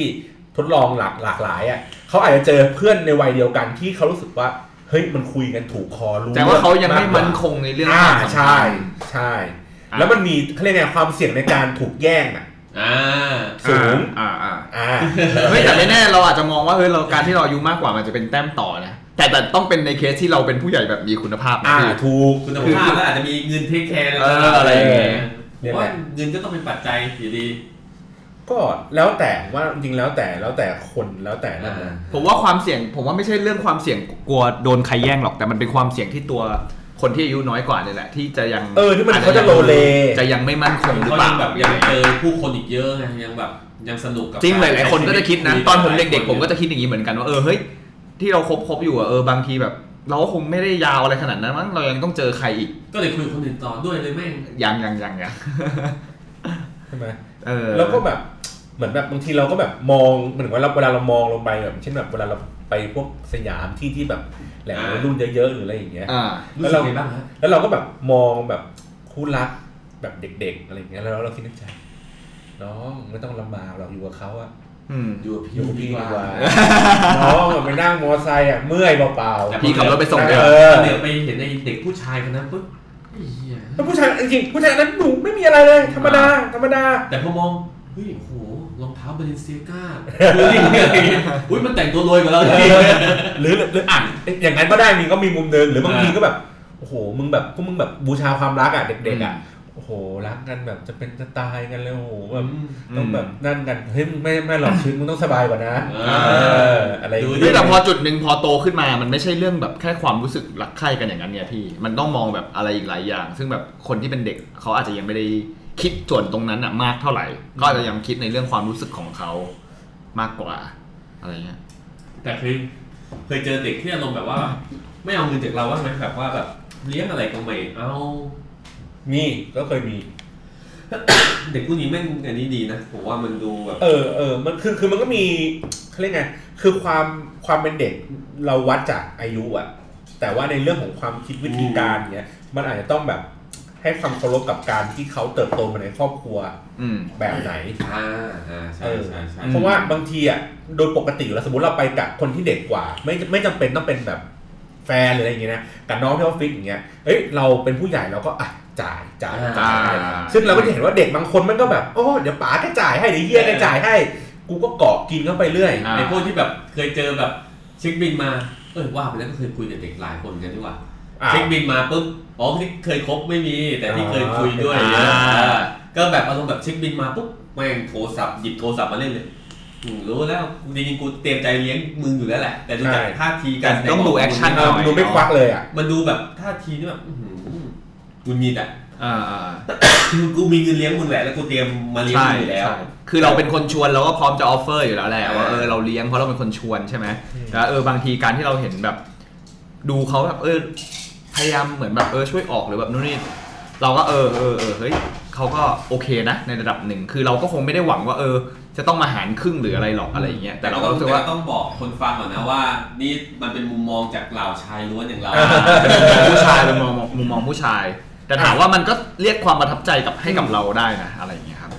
Speaker 4: ทดลองหลากหลากหลายอ่ะเขาอาจจะเจอเพื่อนในวัยเดียวกันที่เขารู้สึกว่า เฮ้ยมันคุยกันถูกคอรู้
Speaker 1: แต่ว่าเขายังไม่มั่น
Speaker 4: ค
Speaker 1: คงในเรื่อง
Speaker 4: อ่า
Speaker 1: ความสัมพันธ์
Speaker 4: ใช่ ใช่
Speaker 1: อ่ะ
Speaker 4: แล้วมันมีเขาเรียกไงความเสี่ยงในการถูกแย่งอ่ะ
Speaker 3: อ่า
Speaker 4: สูง
Speaker 1: อ่าอ่า
Speaker 4: อ่า
Speaker 1: ไม่แต่ไม่แน่เราอาจจะมองว่าเออเราการที่เราอายุมากกว่ามันจะเป็นแต้มต่อนะแต่แต่ต้องเป็นในเคสที่เราเป็นผู้ใหญ่แบบมีคุณภาพนะ
Speaker 4: อ่า
Speaker 1: พี่
Speaker 4: ถูก
Speaker 3: คุณภาพแล้วอาจจะมีเงินเทคแคร์
Speaker 1: เอออะไรอย่างเงี้ย
Speaker 3: ผมว่าเงินก็ต้องเป็นปัจจัยอยู่ดี
Speaker 4: ก็แล้วแต่ว่าจริงๆแล้วแต่แล้วแต่คนแล้วแต่นั่นนะ
Speaker 1: ผมว่าความเสี่ยงผมว่าไม่ใช่เรื่องความเสี่ยงกลัวโดนใครแย่งหรอกแต่มันเป็นความเสี่ยงที่ตัวคนที่อายุน้อยกว่าเนี่ยแหละที่จะยัง
Speaker 4: เออที่มันเขาจะโลเล
Speaker 1: จะยังไม่มั่นคงหรือ
Speaker 3: เขายั
Speaker 1: เปล่าง
Speaker 3: แบบยังเจอผู้คนอีกเยอะไงยังแบบยังสนุกกับ
Speaker 1: จริงหลายๆคนก็จะคิดนะตอนผมเด็กๆผมก็
Speaker 3: จะ
Speaker 1: จะคิดอย่างนี้เหมือนกันว่าเออเฮ้ยที่เราคบคบอยู่อะเออบางทีแบบ เราก็คงไม่ได้ยาวอะไรขนาดนั้นมั้งเรายังต้องเจอใครอีก
Speaker 3: ก็เลยคุยกับคนอื่นต่อด้วยเลยแม่ง
Speaker 1: ยังยังยังยัง
Speaker 4: ใช่ไหม
Speaker 1: เออ
Speaker 4: แล้วก็แบบเหมือนแบบบางทีเราก็แบบมองเหมือนว่าเราเวลาเรามองลงไปแบบเช่นแบบเวลาเราไปพวกสยามที่ที่แบบแหล่ง
Speaker 3: อ่า
Speaker 4: วัยรุ่นเยอะๆหรืออะไรอย่างเงี้ย
Speaker 1: อ่า
Speaker 3: รู้สึกไงบ้างฮะ
Speaker 4: แล้วเราก็แบบมองแบบคู่รักแบบเด็ก ๆ อะไรอย่างเงี้ยแล้วเราคิดในใจน้องไม่ต้องลำบากหรอกอยู่กับเขาอะ
Speaker 1: อืม
Speaker 3: อยู่กับพี่
Speaker 4: อยู่กับพี่ดีกว่า
Speaker 3: เออ
Speaker 4: น้องอะไปนั่งมอไซค์อะเมื่อยเปล่า
Speaker 1: พี่ขับรถไปส่งเดี๋ยว
Speaker 4: เออ
Speaker 3: เดี๋ยวไปเห็นไอ้เด็กผู้ชายคนนั้นปุ๊บไอ้เหี้ย
Speaker 4: แล้วผู้ชายจริงๆผู้ชายนั้นหนูไม่มีอะไรเลยธรรมดาธรรมดา
Speaker 3: แต่พอมองเฮ้ยโอ้โหรองเท้าบาเลนเซีย ก้าดูดิอะไรเงี้ยอุ้ยมันแต่งตัวรวยกว่าเราเลย
Speaker 4: หรือหรืออ่ะอย่างนั้นก็ได้มีก็มีมุมเดินหรือบางทีก็แบบโอ้โหมึงแบบพวกมึงแบบบูชาความรักอ่ะเด็กๆอ่ะโอ้โหรักกันแบบจะเป็นจะตายกันเลยโอ้โหแบบต้องแบบนั่นกันเฮ้ยมึงไม่ไม่หรอกชีวิตมึงต้องสบายกว่านะเอออะไรอย่าง
Speaker 1: เฮ้
Speaker 4: เงี้
Speaker 1: ย
Speaker 4: ย
Speaker 1: แต่พอจุดหนึ่งพอโตขึ้นมา มันไม่ใช่เรื่องแบบแค่ความรู้สึกรักใคร่กันอย่างนั้นไงพี่ มันต้องมองแบบอะไรอีกหลายอย่าง ซึ่งแบบคนที่เป็นเด็กเขาอาจจะยังไม่ได้คิดส่วนตรงนั้นอะมากเท่าไหร่ ก็อาจจะยังคิดในเรื่องความรู้สึกของเขามากกว่า อะไรเงี้ย
Speaker 3: แต่เคยเคยเจอเด็กที่อารมณ์แบบว่า ไม่เอาเงินจากเราว่าไหมแบบว่าแบบเลี้ยงอะไรก็ไม่เอา
Speaker 4: มีก็เคยมี
Speaker 3: เด็กผู้นี้แม่งอันนี้ดีนะผมว่ามันดูแบบ
Speaker 4: เออเออมันคือคือมันก็มีเขาเรียกไงคือความความเป็นเด็กเราวัดจากอายุอ่ะแต่ว่าในเรื่องของความคิดวิธีการเนี้ยมันอาจจะต้องแบบให้ความเคารพกับการที่เขาเติบโตมาในครอบครัว
Speaker 1: อืม
Speaker 4: แบบไหน
Speaker 3: อ่าอ่าใช่
Speaker 4: เออ
Speaker 3: ใช่ใช่
Speaker 1: อืม
Speaker 4: เพราะว่าบางทีอ่ะโดยปกติอยู่แล้วสมมติเราไปกับคนที่เด็กกว่า ไม่ไม่จำเป็นต้องเป็นแบบแฟนหรืออะไรอย่างเงี้ยนะกับน้องที่ออฟฟิศอย่างเงี้ยเอ้ยเราเป็นผู้ใหญ่เราก็อ่ะจ่ายจ่ายจ่าย
Speaker 1: อ่า
Speaker 4: ซึ่งเราก็จะเห็นว่าเด็กบางคนมันก็แบบโอ้เดี๋ยวป๋าก็จ่ายให้เดี๋ยวเฮียก็จ่ายให้ กูก็เกาะกินเข้าไปเรื่อย
Speaker 1: อ่า
Speaker 3: ไอ้พวกที่แบบเคยเจอแบบเช็คบินมาเออว่าไปแล้วก็เคยคุยกับเด็กหลายคนกันดีกว่า
Speaker 4: อ่า
Speaker 3: เช็คบินมาปุ๊บอ๋อที่เคยคบไม่มีแต่ที่เคยคุยด้วย
Speaker 1: อ่า
Speaker 3: เออก็แบบอารมณ์แบบเช็คบินมาปุ๊บแม่งโทรศัพท์หยิบโทรศัพท์มาเล่นเลยอืมรู้แล้วจริงๆกูเตรียมใจเลี้ยงมึงอยู่แล้วแหละ แต่ดูจาก
Speaker 4: ใช่
Speaker 3: ท่าทีการสด
Speaker 1: ต้องดูแอคชั่น
Speaker 4: เออมันดูไม่ควักเลยอ่ะ
Speaker 3: มันดูแบบท่าทีนี่แบบอื้อหือหงุนงิดอ่ะ
Speaker 4: เ
Speaker 1: อ่า
Speaker 2: คือกูมีเงินเลี้ยงมึงแหละแล้วกูเตรียมมาเลี้ยง
Speaker 1: ใช่
Speaker 2: มึงอยู่แล้ว
Speaker 1: ใช่คือเราเป็นคนชวนเราก็พร้อมจะออฟเฟอร์อยู่แล้วแหละว่าเอ
Speaker 2: เอ
Speaker 1: อ
Speaker 2: อ
Speaker 1: เราเลี้ยงเพราะเราเป็นคนชวนใช่ไหม
Speaker 4: อืม
Speaker 1: แล้วเออบางทีการที่เราเห็นแบบ ดูเขาแบบเออพยายามเหมือนแบบเออช่วยออกหรือแบบนู่นนี่เราก็เออเออเออเฮ้ยเขาก็โอเคนะ ในระดับหนึ่งคือเราก็คงไม่ได้หวังว่าเออ จะต้องมาหารครึ่งหรืออะไรหรอกอะไรอย่างเงี้ยแต่เราก็รู้สึกว่า
Speaker 2: ต้องบอกคนฟังก่อนนะว่า นี่มันเป็นมุมมองจากเหล่าชายล้วนอย่างเรา
Speaker 1: ผู้ชายเป็นมุมมองมุมมองผู้ชาย แต่ถามว่ามันก็เรียกความประทับใจกับให้กับเราได้นะอะไรอย่างเงี้ยครับ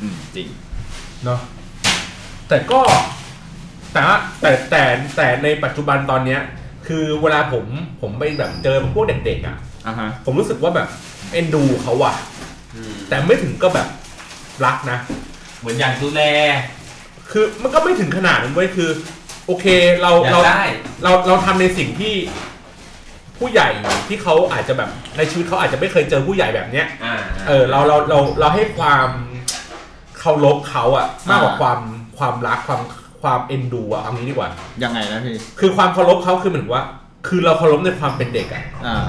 Speaker 1: อืมจริง
Speaker 4: เนาะแต่ก็แต่ว่าแต่แต่แต่ในปัจจุบันตอนเนี้ย คือเวลาผมผมไปแบบเจอพวกเด็กๆอ่ะ
Speaker 1: อ่ะฮะ
Speaker 4: ผมรู้สึกว่าแบบเอ็นดูเขาอ่ะ
Speaker 2: อืม
Speaker 4: แต่ไม่ถึงก็แบบรักนะ
Speaker 2: เหมือนอย่างดูแล
Speaker 4: คือมันก็ไม่ถึงขนาดนั้นเว้ยคือ โอเคเรา
Speaker 2: อยาก
Speaker 4: เรา
Speaker 2: ได้
Speaker 4: เราเราทำในสิ่งที่ผู้ใหญ่ที่เขาอาจจะแบบในชีวิตเขาอาจจะไม่เคยเจอผู้ใหญ่แบบเนี้ย
Speaker 2: อ่า
Speaker 4: เออเราเราเราเราให้ความเคารพเขาอะมากกว่า
Speaker 1: อ่า
Speaker 4: ความความรักความความเอ็นดูอะเอางี้ดีกว่า
Speaker 1: ยังไงนะพี่
Speaker 4: คือความเคารพเขาคือเหมือนว่า คือเราเคารพในความเป็นเด็กอะ
Speaker 1: อ่า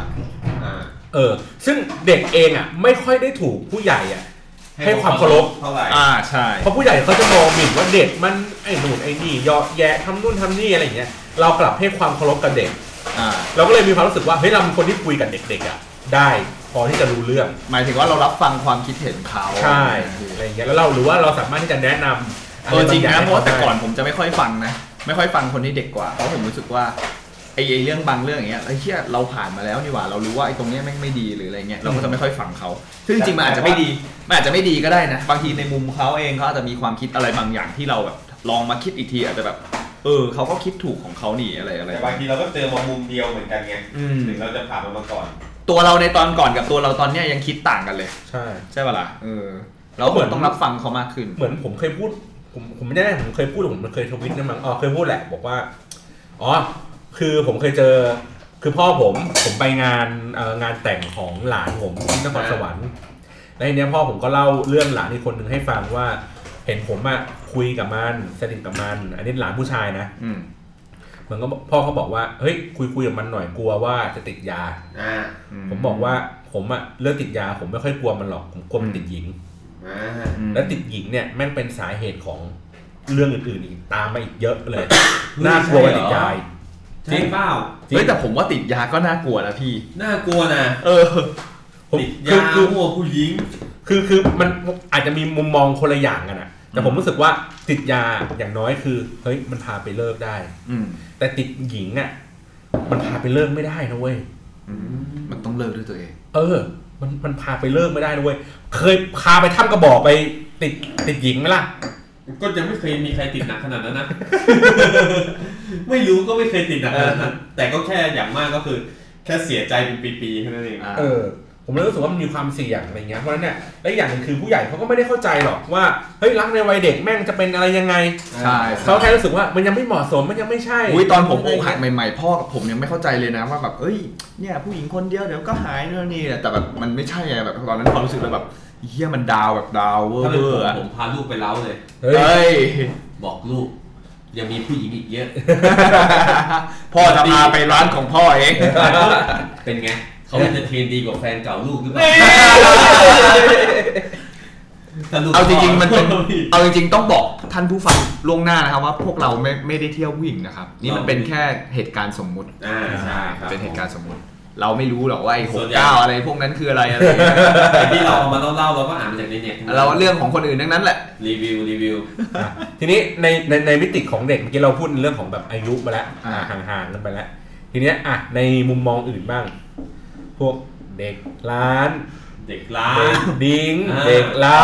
Speaker 2: อ่า
Speaker 4: เออ ซึ่งเด็กเองอะไม่ค่อยได้ถูกผู้ใหญ่อะ ให้ความเคารพ
Speaker 2: เท่าไหร่
Speaker 1: อ่าใช่
Speaker 4: เพราะผู้ใหญ่เขาจะมองหมิ่นว่าเด็กมันไอ้นู่นไอ้นี่เยาะแยะทำนู่นทำนี่อะไรอย่างเงี้ยเรากลับให้ความเคารพกับเด็ก
Speaker 1: อ่า
Speaker 4: เราก็เลยมีความรู้สึกว่าเฮ้ยเราเป็นคนที่คุยกับเด็กๆอ่ะได้พอที่จะรู้เรื่อง
Speaker 1: หมายถึงว่าเรารับฟังความคิดเห็นเขา
Speaker 4: ใช่อะไรอย่างเงี้ยแล้วเราหรือว่าเราสามารถที่จะแนะนำ
Speaker 1: เออจริงนะเพ
Speaker 4: ให้
Speaker 1: ราะว่า
Speaker 4: ขได้
Speaker 1: แต่ก่อนผมจะไม่ค่อยฟังนะ ไม่ค่อยฟังคนที่เด็กกว่า เพราะผมรู้สึกว่าไอ้ไอ้เรื่องบางเรื่องอย่างเงี้ยไอ้เหี้ยเราผ่านมาแล้วนี่หว่าเรารู้ว่าไอ้ตรงเนี้ยแม่งไม่ดีหรืออะไรเงี้ยเราก็จะไม่ค่อยฟังเขาซึ่งจริงๆมันอาจจะไม่ดีมันอาจจะไม่ดีก็ได้นะ บางทีในมุมเขาเองเขาอาจจะมีความคิดอะไรบางอย่างที่เราแบบลองมาคิดอีกทีอาจจะแบบ เออเขาก็คิดถูกของเขานี่อะไรอะไร
Speaker 2: แต่บางทีเราก็เจอมามุมเดียวเหมือนกันไง
Speaker 1: อืม
Speaker 2: ถึงเราจะผ่านมันมาก่อน
Speaker 1: ตัวเราในตอนก่อนกับตัวเราตอนเนี้ยยังคิดต่างกันเลย
Speaker 4: ใช่
Speaker 1: ใช่ปะล่ะเออเราก็เหมือนต้องรับฟังเขามากขึ้น
Speaker 4: เหมือนผมเคยพูด ผมผมไม่แน่ผมเคยพูดหรือผมเคยทวิตนะมั้งอ๋อเคยพูดแหละ บอกว่าอ๋อคือผมเคยเจอ คือพ่อผมผมไปงานเอ่องานแต่งของหลานผมที่นครสวรรค์แล้วทีเนี้ยพ่อผมก็เล่าเรื่องหลานอีกคนหนึ่งให้ฟังว่า เห็นผมอะคุยกับมันสนิทกับมัน อันนี้หลานผู้ชายนะ
Speaker 1: อืม
Speaker 4: เหมือนก็บอกพ่อเขาบอกว่าเฮ้ยคุยคุยกับมันหน่อยกลัวว่าจะติดยา
Speaker 2: อ่า
Speaker 4: ผมบอกว่าผมอะเลิกติดยา ผมไม่ค่อยกลัวมันหรอกผมกลัวมันติดหญิง
Speaker 2: อ่า
Speaker 1: อืม
Speaker 4: และติดหญิงเนี่ยแม่งเป็นสาเหตุของเรื่องอื่นๆอีกตามมาอีกเยอะเลย น่ากลัวกว่าติดยาอีก
Speaker 2: ใช่เปล่า
Speaker 4: จริง
Speaker 1: เฮ้ยแต่ผมว่าติดยาก็น่ากลัวนะพี่
Speaker 2: น่ากลัวนะ
Speaker 1: เออ
Speaker 4: ผม
Speaker 2: ติด
Speaker 4: คื
Speaker 2: ยา
Speaker 4: อคือ
Speaker 2: มั่วผู้หญิง
Speaker 4: คือคือมันอาจจะมีมุมมองคนละอย่างกันอะแต่ผมรู้สึกว่าติดยาอย่างน้อยคือเฮ้ยมันพาไปเลิกได้
Speaker 1: อืม
Speaker 4: แต่ติดหญิงอะมันพาไปเลิกไม่ได้นะเว้ย
Speaker 1: มันต้องเลิกด้วยตัวเอง
Speaker 4: เออ มันมันพาไปเลิกไม่ได้ด้วย เคยพาไปถ้ำกระบอกไปติดติดหญิงไหมล่ะ
Speaker 2: ก็ยังไม่เคยมีใครติดหนักขนาดนั้นนะ ไม่รู้ก็ไม่เคยติดหนักขนาดนั้น แต่ก็แค่อย่างมากก็คือ แค่เสียใจเป็นปีๆแค่นั้นเอง
Speaker 1: อ่า
Speaker 4: เออ ผมเลยรู้สึกว่ามันมีความเสี่ยงอะไรเงี้ย เพราะฉะนั้นเนี่ย และอีกอย่างหนึ่งคือผู้ใหญ่เขาก็ไม่ได้เข้าใจหรอกว่า เฮ้ยรักในวัยเด็กแม่งจะเป็นอะไรยังไง
Speaker 1: ใช่
Speaker 4: เขาแค่รู้สึกว่ามันยังไม่เหมาะสมมันยังไม่ใช่
Speaker 1: อุ้ยตอนผมอกหักใหม่ๆ พ่อกับผมยังไม่เข้าใจเลยนะว่าแบบเอ้ยเนี่ยผู้หญิงคนเดียวเดี๋ยวก็หายนู่นนี่แต่แบบมันไม่ใช่ไงแบบตอนนั้นความรู้สึกเราแบบเฮียมันดาวแบบดาวเวอร์
Speaker 2: ถ้า
Speaker 1: เว
Speaker 2: เป็นผม
Speaker 1: อร์อะ
Speaker 2: ผมพาลูกไปเล้าเลย
Speaker 4: เฮ้ย
Speaker 1: เฮ้ย
Speaker 2: บอกลูก ยังมีผู้หญิงอีกเยอะ
Speaker 1: พ่อจะพาไปร้านของพ่อเอง
Speaker 2: เป็นไง เขาจะเทรนดีกว่าแฟนเก่าลูกหรือเปล่าถ้ลูก
Speaker 1: เอาจริงๆมันเป็น
Speaker 2: พ่อพี่
Speaker 1: เอาจริงๆต้องบอกท่านผู้ฟังล่วงหน้านะครับว่าพวกเราไม่ไม่ได้เที่ยวผู้หญิงนะครับนี่มันเป็นแค่เหตุการณ์สมมุติ
Speaker 2: อ่าใช่ครับ
Speaker 1: เป็นเหตุการณ์สมมติ เราไม่รู้หรอกว่าไอ้ห
Speaker 2: ส่
Speaker 1: ก
Speaker 2: วนใหญ่
Speaker 1: เก้าอะไรพวกนั้นคืออะไรอะไรอย่างเงี้ย
Speaker 2: ไอ้ที่เราเอามาเล่าๆเราก็อ่านมาจากในเน็ตทั้งนั้น
Speaker 1: เราเรื่องของคนอื่นทั้งนั้นแหละ
Speaker 2: รีวิวรีวิว
Speaker 4: อ่ะทีนี้ในในในมิติของเด็กเมื่อกี้เราพูดในเรื่องของแบบอายุไปแล้ว
Speaker 1: อ่า
Speaker 4: ห่างๆกันไปแล้ว ทีเนี้ยอ่ะในมุมมองอื่นบ้าง พวกเด็กร้าน
Speaker 2: เด็กร้า
Speaker 4: เด็
Speaker 2: น
Speaker 4: กดิ้ง
Speaker 2: อ่า
Speaker 4: เด็กเล้า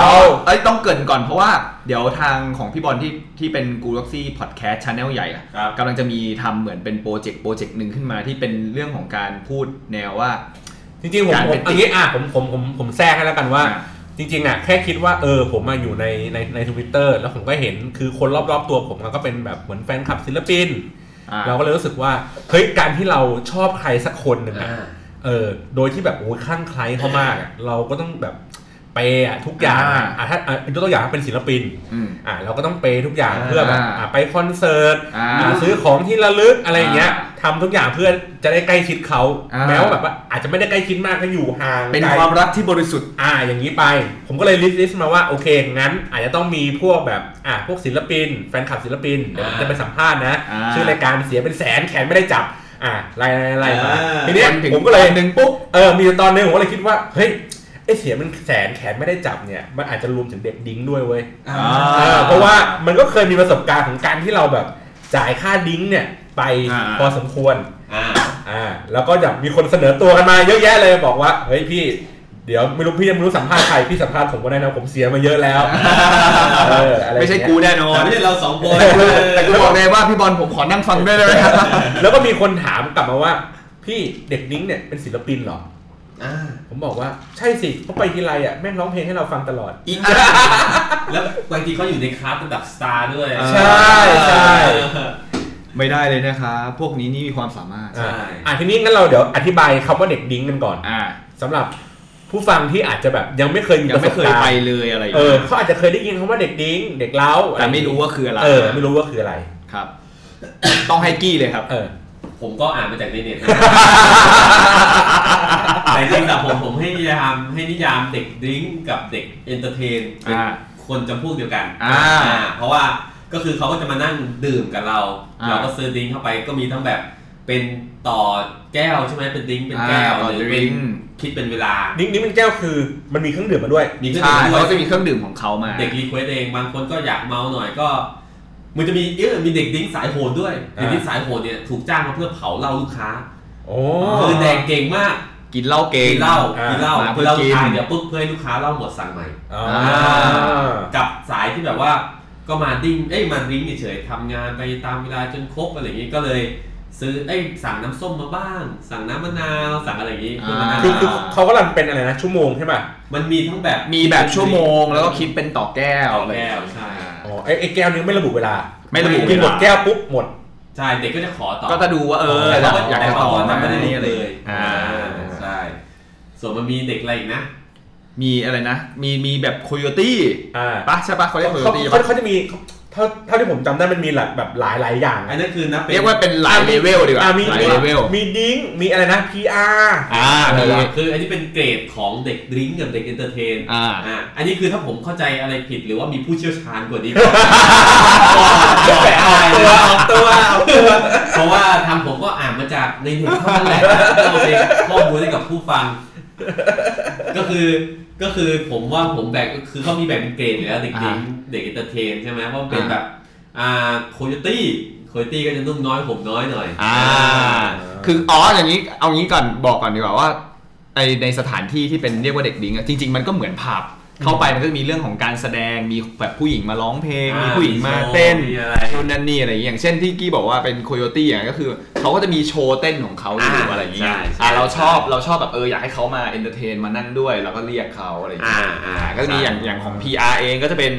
Speaker 1: เอ้ยต้องเกรินก่อนเพราะว่าเดี๋ยวทางของพี่บอลที่ที่เป็นกูล็อกซี่พอดแคสต์ชาแนลใหญ่อะ
Speaker 2: ครับ
Speaker 1: กำลังจะมีทำเหมือนเป็นโปรเจกต์โปรเจกต์หนึ่งขึ้นมาที่เป็นเรื่องของการพูดแนวว่า
Speaker 4: จริงๆผม
Speaker 1: การ
Speaker 4: ผ
Speaker 1: เป็
Speaker 4: ม
Speaker 1: น
Speaker 4: อันนี้อ่ะผมผมผมผมแทรกให้แล้วกันว่า
Speaker 1: อ่ะ
Speaker 4: จริงๆอ่ะแค่คิดว่าเออผมมาอยู่ในในในทวิตเตอร์แล้วผมก็เห็นคือคนรอบๆตัวผมมันก็เป็นแบบเหมือนแฟนคลับศิลปิน
Speaker 1: อ่า
Speaker 4: เราก็เลยรู้สึกว่าเฮ้ยการที่เราชอบใครสักคนหนึ่งอ่ะ
Speaker 2: อ่า
Speaker 4: เออโดยที่แบบโอ้ยคลั่งไคล้เขามากอ่ะเราก็ต้องแบบเปย์อ่ะทุกอย่างอ่ะอ่ะถ้าอ่ะยกตัวอย่างเป็นศิลปิน
Speaker 1: อืม
Speaker 4: อ่ะเราก็ต้องเปย์ทุกอย่าง
Speaker 2: อ่า
Speaker 4: เพื่อแบบอ่ะไปคอนเสิร์ต
Speaker 1: อ่า
Speaker 4: อ่ะซื้อของที่ระลึกอะไรอย่างเงี้ย ทำทุกอย่างเพื่อจะได้ใกล้ชิดเขา
Speaker 1: อ่า
Speaker 4: แม้ว่าแบบว่าอาจจะไม่ได้ใกล้ชิดมากก็อยู่ห่าง
Speaker 1: เป็น
Speaker 4: ไกล
Speaker 1: ความรักที่บริสุทธิ์
Speaker 4: อ่าอย่างนี้ไป ผมก็เลยลิสต์ลิสต์มาว่าโอเคงั้น อาจจะต้องมีพวกแบบอ่าพวกศิลปิน แฟนคลับศิลปินเดี๋ยวผมจะไปสัมภาษณ์นะ
Speaker 1: อ่า
Speaker 4: ชื่อรายการเสียเป็นแสนแขนไม่ได้จับ อ่าไล่ไล่ไล่มา
Speaker 5: อ่า
Speaker 4: ทีเนี้ย
Speaker 1: วันถึง
Speaker 4: ผมก็เลย
Speaker 1: วันหนึ่งปุ๊บ
Speaker 4: เออมีตอนหนึงผมก็เลยคิดว่าเฮ้ยไอเสียเป็นแสนแขนไม่ได้จับเนี่ยมันอาจจะรวมถึงเด็กดิ้งด้วยเว้ย
Speaker 5: อ่า
Speaker 4: เออเพราะว่ามันก็เคยมีประสบการณ์ของการที่เราแบบจ่ายค่าดิ้งเนี่ยไป
Speaker 1: อ่า
Speaker 4: พอสมควร
Speaker 3: อ่า
Speaker 4: อ่าแล้วก็จะมีคนเสนอตัวกันมาเยอะแยะเลยบอกว่าเฮ้ยพี่ เดี๋ยวไม่รู้พี่ยังไม่รู้สัมภาษณ์ใครพี่สัมภาษณ์ผมก็ได้นะผมเสียมาเยอะแล้วเอออะไรอย่างเงี้ย
Speaker 1: ไม่ใช่กูแน่นอ
Speaker 5: แต่
Speaker 1: น
Speaker 5: ไม่ใช่เราสองคน
Speaker 1: แต่กูแต่กูบอกเลยว่าพี่บอลผมขอนั่งฟังด้วยได้ไหมครับ
Speaker 4: แล้วก็มีคนถามกลับมาว่า พี่เด็กนิ้งเนี่ยเป็นศิลปินเหรอ
Speaker 5: อ่า
Speaker 4: ผมบอกว่าใช่สิเขาไปทีไรอ่ะแม่งร้องเพลงให้เราฟังตลอด
Speaker 1: อีก
Speaker 3: แล้วบางทีเขาอยู่ในคลาสระดับสตาร์ด้วย
Speaker 1: อ่า
Speaker 4: ใช่ใช่
Speaker 1: ไม่ได้เลยนะครับพวกนี้นี่มีความสามารถ
Speaker 4: อ่าอ่ะทีนี้งั้นเราเดี๋ยวอธิบายคำว่าเด็กดิ้งกันก่อน
Speaker 1: อ่า
Speaker 4: สำหรับผู้ฟังที่อาจจะแบบยังไม่เคยมี
Speaker 1: ยัง
Speaker 4: ประส
Speaker 1: ไม่
Speaker 4: บ
Speaker 1: เคย
Speaker 4: การ
Speaker 1: ไป
Speaker 4: ณ์
Speaker 1: เลยอะไรอย่าง
Speaker 4: เออ
Speaker 1: เงี้ย
Speaker 4: เขาอาจจะเคยได้ยินคำว่าเด็กดิ้งเด็กเล้า
Speaker 1: แต่ไม่รู้ว่าคืออะไร
Speaker 4: เออไม่รู้ว่าคืออะไร
Speaker 1: ครับ ต้องให้กี้เลยครับ
Speaker 4: เออ
Speaker 3: ผมก็อ่านมาจากในเน็ต นะแต่จริงๆแต่ผมผมให้นิยามให้นิยามเด็กดริ้งก์กับเด็กเอนเตอร์เทนเป็น
Speaker 1: อ่า
Speaker 3: คนจำพวกเดียวกัน
Speaker 1: อ่า
Speaker 3: เพราะว่าก็คือเขาก็จะมานั่งดื่มกับเรา
Speaker 1: อ่า
Speaker 3: เราก็ซื้อดริ้งก์เข้าไปก็มีทั้งแบบเป็นต่อแก้วใช่ไหมเป็นดริ้งก์เป็นแก้ว
Speaker 1: อ่าต่อ
Speaker 3: หรือ
Speaker 1: ดริ
Speaker 3: เป็น
Speaker 1: งก์
Speaker 3: คิดเป็นเวลา
Speaker 4: นิ้งนิ้งเป็นแก้วคือมันมีเครื่องดื่มมาด้วย
Speaker 3: มีเครื่อง
Speaker 1: ใช่
Speaker 3: ดื่มด้
Speaker 1: เขา
Speaker 3: วย
Speaker 1: จะมีเครื่องดื่มของเขามา
Speaker 3: เด็กรีเควสเองบางคนก็อยากเมาหน่อยก็ มันจะมีเออมีเด็กดิ้งสายโหดด้วย
Speaker 4: อ่า
Speaker 3: เด็กดิ้งสายโหดเนี่ยถูกจ้างมาเพื่อเผาเหล้าลูกค้า
Speaker 4: โอ้
Speaker 1: อ๋อ
Speaker 3: คือแดงเก่งมาก
Speaker 1: กินเหล้าเก่ง
Speaker 3: กินเหล้า
Speaker 4: อ่ากิ
Speaker 3: กินเหล้า
Speaker 1: มาเพื่อ
Speaker 3: เรา
Speaker 1: กิน
Speaker 3: ทานเดี๋ยวปุ๊บเพื่อให้ลูกค้าเหล้าหมดสั่งใหม่
Speaker 4: อ่า
Speaker 3: กับสายที่แบบว่าก็มาดิ้งเอ้ยมาดิ้งเฉยๆทำงานไปตามเวลาจนครบอะไรอย่างนี้ก็เลย ซื้อเอ้ยสั่งน้ำส้มมาบ้าง สั่งน้ำมะนาวสั่งอะไรอย่างนี้เพื่อมานั่ง
Speaker 4: คือคือ
Speaker 3: ทาน
Speaker 4: เขากำลังเป็นอะไรนะ ชั่วโมงใช่ป่ะ
Speaker 3: มันมีทั้งแบบ
Speaker 1: มีแบบชั่วโมงแล้วก็คิดเป็นต่อแก้ว
Speaker 3: เอา
Speaker 1: อะไร
Speaker 3: แก้วใช่
Speaker 4: อ๋อไอ้ไอ้แก้วนี้ไม่ระบุเวลา
Speaker 1: ไม่ระบุ
Speaker 4: กินหมด
Speaker 1: เวลา
Speaker 4: แก้วปุ๊บหมด
Speaker 3: ใช่เด็กก็จะขอต่อ
Speaker 1: ก็จะดูว่าเออ
Speaker 4: แต่
Speaker 1: เรา
Speaker 4: เราก็
Speaker 1: อยากจะต่อไหม
Speaker 3: ไม่ได้
Speaker 1: นี่
Speaker 3: นี่
Speaker 1: อะไร
Speaker 3: เลย
Speaker 1: อย่างเงี้ยอ่า
Speaker 3: ใช่ ส่วนมันมีเด็กอะไรอีกนะ
Speaker 1: มีอะไรนะ มีมีแบบโคโยตี้
Speaker 4: อ่า
Speaker 1: ปะใช่ปะเขาเรียกโคโย
Speaker 4: เขา
Speaker 1: ตี้
Speaker 4: เขาเขาจะมีเท่าเท่าที่ผมจำได้มันมีหลายแบบหลายหลายอย่าง
Speaker 3: อันนั้นคือนับเป็น
Speaker 1: เรียกว่าเป็นหลายเลเวลดีกว่า
Speaker 4: อ่ามี
Speaker 1: หลายเลเวล
Speaker 4: มีดิ้งมีอะไรนะ PR
Speaker 1: อ่ามี
Speaker 3: คืออันนี้เป็นเกรดของเด็กดริ้งก์กับเด็กเอนเตอร์เทน
Speaker 1: อ่า
Speaker 3: อันนี้คือถ้าผมเข้าใจอะไรผิดหรือว่ามีผู้เชี่ยวชาญกว่านี้
Speaker 4: แต่เอาตัวเอาตัวเอาตัว
Speaker 3: เพราะว่าทางผมก็อ่านมาจากในเน็ตเท่านั้นแหละเราเป็นข้อมูลให้กับผู้ฟัง ก็คือก็คือผมว่าผมแบ่งคือเขามีแบ่งเป็นเกรดเลยนะเด็ก
Speaker 1: อ่า
Speaker 3: ดิ้งเด็กเอนเตอร์เทนใช่ไหมว่าเป็น
Speaker 1: อ่า
Speaker 3: แบบอ่าโคโยตี้โคโยตี้ก็จะนุ่มน้อยผมน้อยหน่อย
Speaker 1: อ่า คืออ๋ออย่างนี้เอางี้ก่อนบอกก่อนดีกว่าว่าไอในสถานที่ที่เป็นเรียกว่าเด็กดิ้งอะจริง ๆ มันก็เหมือนผับเข้าไปมันก็จะมีเรื่องของการแสดงมีแบบผู้หญิงมาร้องเพลง มีผู้หญิงมาเต้น
Speaker 3: มีอะไร
Speaker 1: นู่นนั่นนี่อะไรอย่างเงี้ยอย่างเช่นที่กี้บอกว่าเป็นโคโยตี้อย่างเงี้ยก็คือเขาก็จะมีโชว์เต้นของเขาอยู่
Speaker 3: อ่า
Speaker 1: อะไรอย่างเงี้ย
Speaker 3: ใช่ใช่
Speaker 1: อ่าเราชอบเราชอบแบบเอออยากให้เขามาเอนเตอร์เทนมานั่งด้วยเราก็เรียกเขาอะไรอย่างเงี้ย
Speaker 3: อ่าอ่า
Speaker 1: อ่าก็จะมีอย่างอย่างของ PR เองก็จะเป็น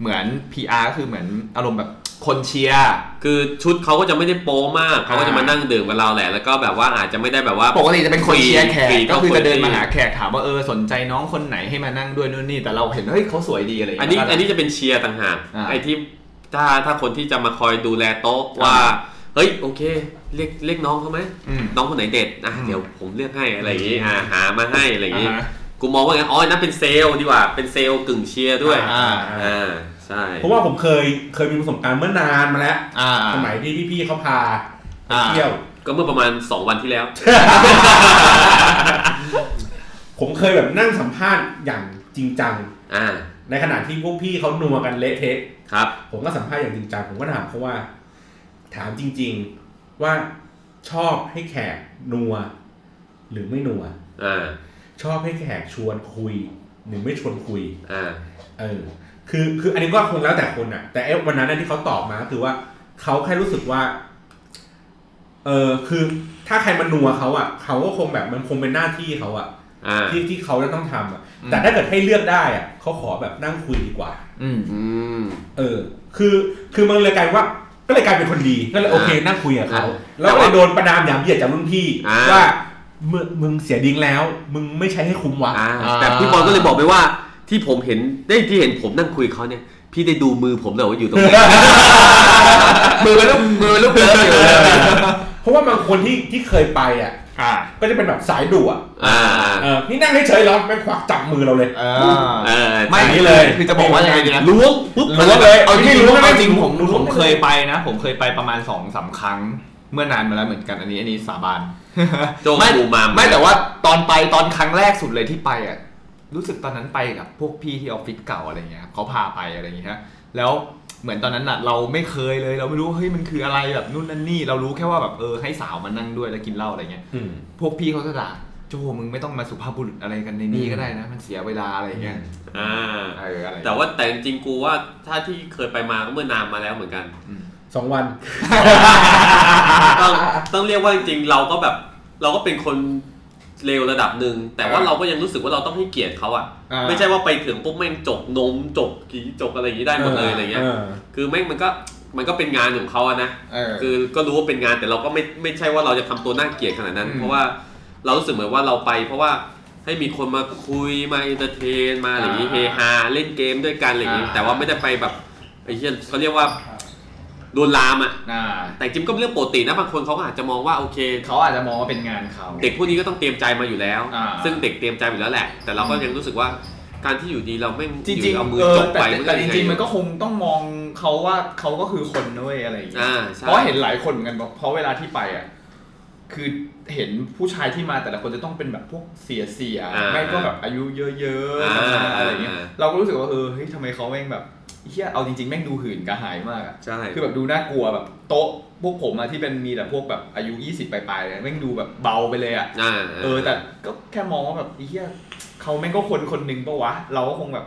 Speaker 1: เหมือน PR ก็คือเหมือนอารมณ์แบบคนเชียร์
Speaker 3: คือชุดเขาก็จะไม่ได้โป๊มากเขาก็จะมานั่งดื่มกับเราแหละ แล้วก็แบบว่าอาจจะไม่ได้แบบว่า
Speaker 1: ปกติจะเป็นคนเชียร์แขก
Speaker 3: ฟรี
Speaker 1: ก็คือจะเดิ
Speaker 3: ฟ
Speaker 1: น
Speaker 3: รี
Speaker 1: มาหาแขกถามว่าเออสนใจน้องคนไหนให้มานั่งด้วยนู่นนี่แต่เราเห็นเฮ้ยเขาสวยดีอะไรอย่าง
Speaker 3: อัน
Speaker 1: เงี้
Speaker 3: นี้
Speaker 1: ย
Speaker 3: อันนี้จะเป็นเชียร์ต่างหาก
Speaker 1: อ่า
Speaker 3: ไอ้ที่ถ้าถ้าคนที่จะมาคอยดูแลโต๊ะว่า เฮ้ยโอเคเรียกเรียกน้องเขาไหม
Speaker 1: อืม
Speaker 3: น้องคนไหนเด็ดนะ
Speaker 1: อืม
Speaker 3: เดี๋ยวผมเลือกให้อะไรอย่างงี้อ่าหามาให้อะไรอย่างงี้
Speaker 1: อ่าฮะ
Speaker 3: กูมองว่างั้นอ๋อนั่นเป็นเซลล์ดีกว่าเป็นเซลล์กึ่งเชียร์ด้วย
Speaker 1: อ่า
Speaker 3: อ่าใช่
Speaker 4: เพราะว่าผมเคยเคยมีประสบการณ์เมื่อนานมาแล้ว
Speaker 1: อ่า
Speaker 4: สมัยที่พี่ๆเขาพาไป
Speaker 1: อ่า
Speaker 4: เที่ยว
Speaker 3: ก็เมื่อประมาณ 2 วันที่แล้ว
Speaker 4: ผมเคยแบบนั่งสัมภาษณ์อย่างจริงจัง
Speaker 3: อ่า
Speaker 4: ในขณะที่พวกพี่เขานัวกันเละเทะ
Speaker 3: ครับ
Speaker 4: ผมก็สัมภาษณ์อย่างจริงจัง ผมก็ถามเขาว่า ถามจริง ๆว่าชอบให้แขกนัว หรือไม่นัว
Speaker 3: อ่า
Speaker 4: ชอบให้แขกชวนคุย หรือไม่ชวนคุย
Speaker 3: อ่า
Speaker 4: เออ คือคืออันนี้ก็คงแล้วแต่คนอ่ะ แต่ไอ้วันนั้นนะที่เขาตอบมาก็คือว่าเขาแค่รู้สึกว่า เออคือถ้าใครมานัวเขาอ่ะเขาก็คงแบบมันคงเป็นหน้าที่เขาอ่ะ
Speaker 3: อ่า
Speaker 4: ที่ที่เขาจะต้องทำอ่ะ
Speaker 1: อืม
Speaker 4: แต่ถ้าเกิดให้เลือกได้อ่ะเขาขอแบบนั่งคุยดีกว่า
Speaker 1: อืม
Speaker 3: อืม
Speaker 4: เออ คือ คือมันเลยกลายว่า ก็เลยกลายเป็นคนดี ก็เลยโอเค นั่งคุยกับเขา
Speaker 3: อ่า
Speaker 4: แล้วก็เลยโดนประนามหยามเหยียดจากรุ่นพี่
Speaker 3: อ่า
Speaker 4: ว่ามึงมึงเสียดิ้งแล้ว มึงไม่ใช้ให้คุ้มว่ะ
Speaker 3: อ่า
Speaker 1: อ่า
Speaker 3: แต่พี่บอลก็เลยบอกไปว่าที่ผมเห็นได้ที่เห็นผมนั่งคุยกับเขาเนี่ย พี่ได้ดูมือผมเหรอว่าอยู่ตรงไหน
Speaker 1: มือเป็นลูกมือเป็นลูกเลิฟอยู่เลย
Speaker 4: เพราะ ว่าบางคนที่ที่เคยไปอ่ะ
Speaker 1: อ่า
Speaker 4: ก็จะเป็นแบบสายดุอ่ะ
Speaker 3: อ่า
Speaker 4: เออนี่นั่งเฉยๆเหรอแม่งควักจับมือเราเลย
Speaker 1: เออ
Speaker 3: เออ
Speaker 1: ไม่
Speaker 3: ใช่
Speaker 4: นี่เลย
Speaker 1: คือจะบอกว่ายังไงดีนะ
Speaker 3: ล้วงปุ๊บ
Speaker 4: ล้วงเลย
Speaker 1: เอาจริง
Speaker 4: ล้วงเลย
Speaker 1: เอาจริงผม
Speaker 4: ล้วงเลย
Speaker 1: ผมเคยไปนะ ผมเคยไปประมาณสองสามครั้ง เมื่อนานมาแล้วเหมือนกันอันนี้อันนี้สาบาน
Speaker 3: โจงกูมา
Speaker 1: ไม่แต่ว่าตอนไปตอนครั้งแรกสุดเลยที่ไปอ่ะรู้สึกตอนนั้นไปกับพวกพี่ที่ออฟฟิศเก่าอะไรเงี้ยครับเขาพาไปอะไรอย่างเงี้ยฮะแล้วเหมือนตอนนั้นน่ะ เราไม่เคยเลย เราไม่รู้เฮ้ยมันคืออะไรแบบนู่นนั่นนี่ เรารู้แค่ว่าแบบเออให้สาวมานั่งด้วยแล้วกินเหล้าอะไรเงี้ย
Speaker 4: อืม
Speaker 1: พวกพี่เขาจะด่าโจมึงไม่ต้องมาสุภาพบุรุษอะไรกันในนี้ก็ได้นะ มันเสียเวลาอะไรเงี้ย
Speaker 3: อ่า
Speaker 1: เอออะไร
Speaker 3: แต่ว่าแต่จริงๆกูว่าถ้าที่เคยไปมาก็เมื่อนานมาแล้วเหมือนกัน
Speaker 4: สองวัน
Speaker 3: ต้องต้องเรียกว่าจริงๆเราก็แบบเราก็เป็นคนเลวระดับหนึ่งแต่ว่าเราก็ยังรู้สึกว่าเราต้องให้เกียรติเขาอ่ะ
Speaker 1: อ่า
Speaker 3: ไม่ใช่ว่าไปถึงปุ๊บแม่งจกนมจกกีจกอะไรอย่างนี้ได้หมดเลยอะไรเงี้ยคือแม่งมันก็มันก็เป็นงานของเขาอะนะ
Speaker 1: เออ
Speaker 3: คือก็รู้ว่าเป็นงานแต่เราก็ไม่ไม่ใช่ว่าเราจะทำตัวน่าเกลียดขนาดนั้น
Speaker 1: อืม
Speaker 3: เพราะว่าเรารู้สึกเหมือนว่าเราไป เพราะว่าให้มีคนมาคุยมาเอนเตอร์เทนมาอะไรอย่างนี้
Speaker 1: อ่า
Speaker 3: เฮฮาเล่นเกมด้วยกันอะไรอย่างนี้
Speaker 1: อ่า
Speaker 3: แต่ว่าไม่ได้ไปแบบไอ้เหี้ยเขาเรียกว่าดวนลามอ่ะ
Speaker 1: อ่า
Speaker 3: แต่จริมก็เป็นเรื่องปกตินะบางคนเขาก็อาจจะมองว่าโอเค
Speaker 1: เขาอาจจะมองว่าเป็นงานเขา
Speaker 3: เด็กพวกนี้ก็ต้องเตรียมใจมาอยู่แล้ว
Speaker 1: อ่า
Speaker 3: ซึ่งเด็กเตรียมใจอยู่แล้วแหละ แต่เราก็ยังรู้สึกว่าการที่อยู่ดีเราไม่
Speaker 1: จริง
Speaker 3: อยู่เอามือ
Speaker 1: ๆเออ
Speaker 3: จก
Speaker 1: แต่
Speaker 3: ไป
Speaker 1: แต่จริงๆ มัน
Speaker 3: ก็
Speaker 1: ก็คงต้องมองเขาว่าเขาก็คือคนด้วยอะไรอย่างเงี้ย
Speaker 3: อ่าใช่
Speaker 1: เพราะเห็นหลายคนเหมือนกันเพราะเวลาที่ไปอ่ะคือเห็นผู้ชายที่มาแต่ละคนจะต้องเป็นแบบพวกเสียเสียๆไม่ก็แบบอายุเยอะๆทำงานอะไรอย่างเงี้ยเราก็รู้สึกว่าเออเฮ้ยทำไมเขาแม่งแบบเฮียเอาจริงๆแม่งดูหื่นกระหายมากอะ
Speaker 3: ใช่
Speaker 1: คือแบบดูน่ากลัวแบบโต๊ะพวกผมอะที่เป็นมีแต่พวกแบบอายุ 20 ปลายๆเนี่ยแม่งดูแบบเบาไปเลยอะ
Speaker 3: อ่า
Speaker 1: เออแต่ก็แค่มองว่าแบบไอ้เหี้ยเขาแม่งก็คนคนหนึ่งปะวะ เราก็คงแบบ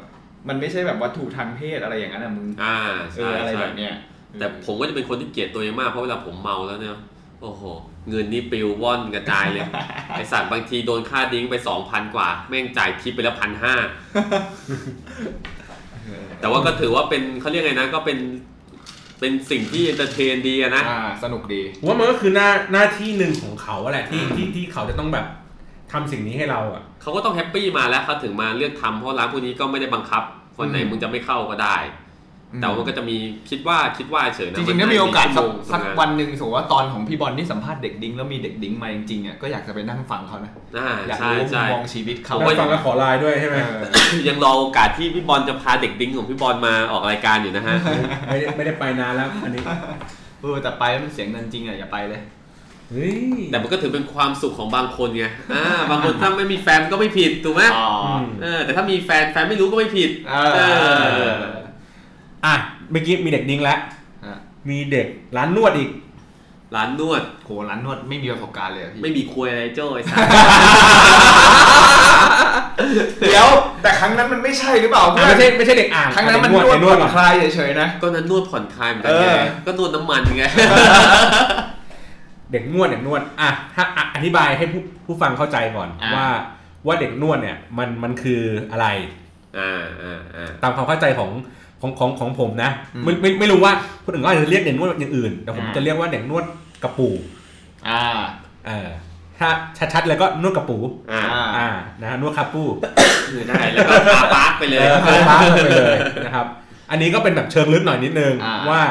Speaker 1: มันไม่ใช่แบบวัตถุทางเพศอะไรอย่างนั้นอะมึง
Speaker 3: อ่า
Speaker 1: เอ
Speaker 3: ใช่
Speaker 1: ออะไร
Speaker 3: ใช่
Speaker 1: แบบเนี้ย
Speaker 3: แต่ผมก็จะเป็นคนที่เกลียดตัวเองมากเพราะเวลาผมเมาแล้วเนี่ยโอ้โหเงินนี่ปลิวว่อนกระจาย เลยไอสัตว์บางทีโดนค่าดิ้งไป2,000กว่าแม่งจ่ายทิปไปแล้วพันห้า
Speaker 1: เออ
Speaker 3: แต่ว่าก็ถือว่าเป็นเขาเรียกไงนะก็เป็นเป็นสิ่งที่เอนเตอร์เทนดีอะนะ
Speaker 1: อ่าสนุกดี
Speaker 4: ผมว่ามันก็คือหน้าหน้าที่หนึ่งของเขาอะแหละที่ที่ที่เขาจะต้องแบบทำสิ่งนี้ให้เราอ่ะ
Speaker 3: เขาก็ต้องแฮปปี้มาแล้วเขาถึงมาเลือกทำเพราะร้านพวกนี้ก็ไม่ได้บังคับ วันไหน
Speaker 1: อืม
Speaker 3: มึงจะไม่เข้าก็ได้ แต่ว่ามันก็จะมีคิดว่าคิดว่าเฉยนะ
Speaker 1: จริงๆถ้ามีโอกาสสัก
Speaker 3: ชั่วโมง
Speaker 1: สัก
Speaker 3: ทำงา
Speaker 1: วันหนึ่งสมมติว่าตอนของพี่บอลที่สัมภาษณ์เด็กดิ้งแล้วมีเด็กดิ้งมาจริงๆอ่ะก็อยากจะไปนั่งฟังเขานะ
Speaker 3: อ่า
Speaker 1: อยาก
Speaker 3: ใช่
Speaker 1: รู้มุ
Speaker 3: ใช่
Speaker 1: มมองชีวิตเขา
Speaker 4: แล้วฟังแล้วขอไลน์ด้วยใช่ไหม
Speaker 1: เออ
Speaker 3: ยังรอโอกาสที่พี่บอลจะพาเด็กดิ้งของพี่บอลมาออกรายการอยู่นะฮะ
Speaker 4: ไม่ได้ไม่ได้ไปนานแล้วอันนี้
Speaker 1: เออแต่ไปแล้วมันเสียเงินจริงอ่ะอย่าไปเลย
Speaker 4: เฮ้ย
Speaker 3: แต่มันก็ถือเป็นความสุขของบางคนไงอ่าบางคนถ้าไม่มีแฟนก็ไม่ผิดถูกไหม
Speaker 4: ม
Speaker 3: เออแต่ถ้ามีแฟนแฟนไม่รู้ก็ไม่ผิด
Speaker 1: เออ
Speaker 3: เออ
Speaker 4: อ่ะเมื่อกี้มีเด็กดิ้งแล้ว
Speaker 1: ฮะ
Speaker 4: มีเด็กร้านนวดอีก
Speaker 3: ร้านนวด
Speaker 1: โหร้านนวดไม่มีประสบการณ์เลยอะพี่
Speaker 3: ไม่มีควยอะไรโจ้ไอ้สัส
Speaker 1: เดี๋ยว แต่ครั้งนั้นมันไม่ใช่หรือเปล่าเพื่อ
Speaker 4: ไม่ใช่
Speaker 1: น
Speaker 4: ไม่ใช่เด็กอ่าง
Speaker 1: ครั้งนั้นมันนวด
Speaker 4: เด็กนวด
Speaker 1: ผ่
Speaker 4: หร
Speaker 1: อ
Speaker 4: อน
Speaker 1: คลายเฉยๆนะ
Speaker 3: ก็นั้นนวดผ่อนคลายเหมือนกันไง
Speaker 1: เออ
Speaker 3: ก็นวดน้ำมันไง
Speaker 4: เด็กนวดเด็กนวดอ่ะถ้าอ่ะอธิบายให้ผู้ผู้ฟังเข้าใจก่อน
Speaker 1: อ่ะ
Speaker 4: ว่าว่าเด็กนวดเนี่ยมันมันคืออะไร
Speaker 3: อ่าอ่าอ่า
Speaker 4: ตามความเข้าใจของของของของผมนะ
Speaker 1: อืม
Speaker 4: ไม่ไม่ไม่รู้ว่าคนอื่นก็อาจจะเรียกเด็กนวดอย่างอื่น แต่ผม
Speaker 1: อ่า
Speaker 4: จะเรียกว่าเด็กนวดกระปู
Speaker 1: อ่า
Speaker 4: เออถ้าชัดๆเลยก็นวดกระปู
Speaker 3: อ่า
Speaker 4: อ่านะฮะนวดคาปู
Speaker 3: คือได้แล้วก็พาปาร์คไปเลย
Speaker 4: เออคาปาไปเลยนะครับ อันนี้ก็เป็นแบบเชิงลึกหน่อยนิดนึง
Speaker 1: อ่า
Speaker 4: ว่า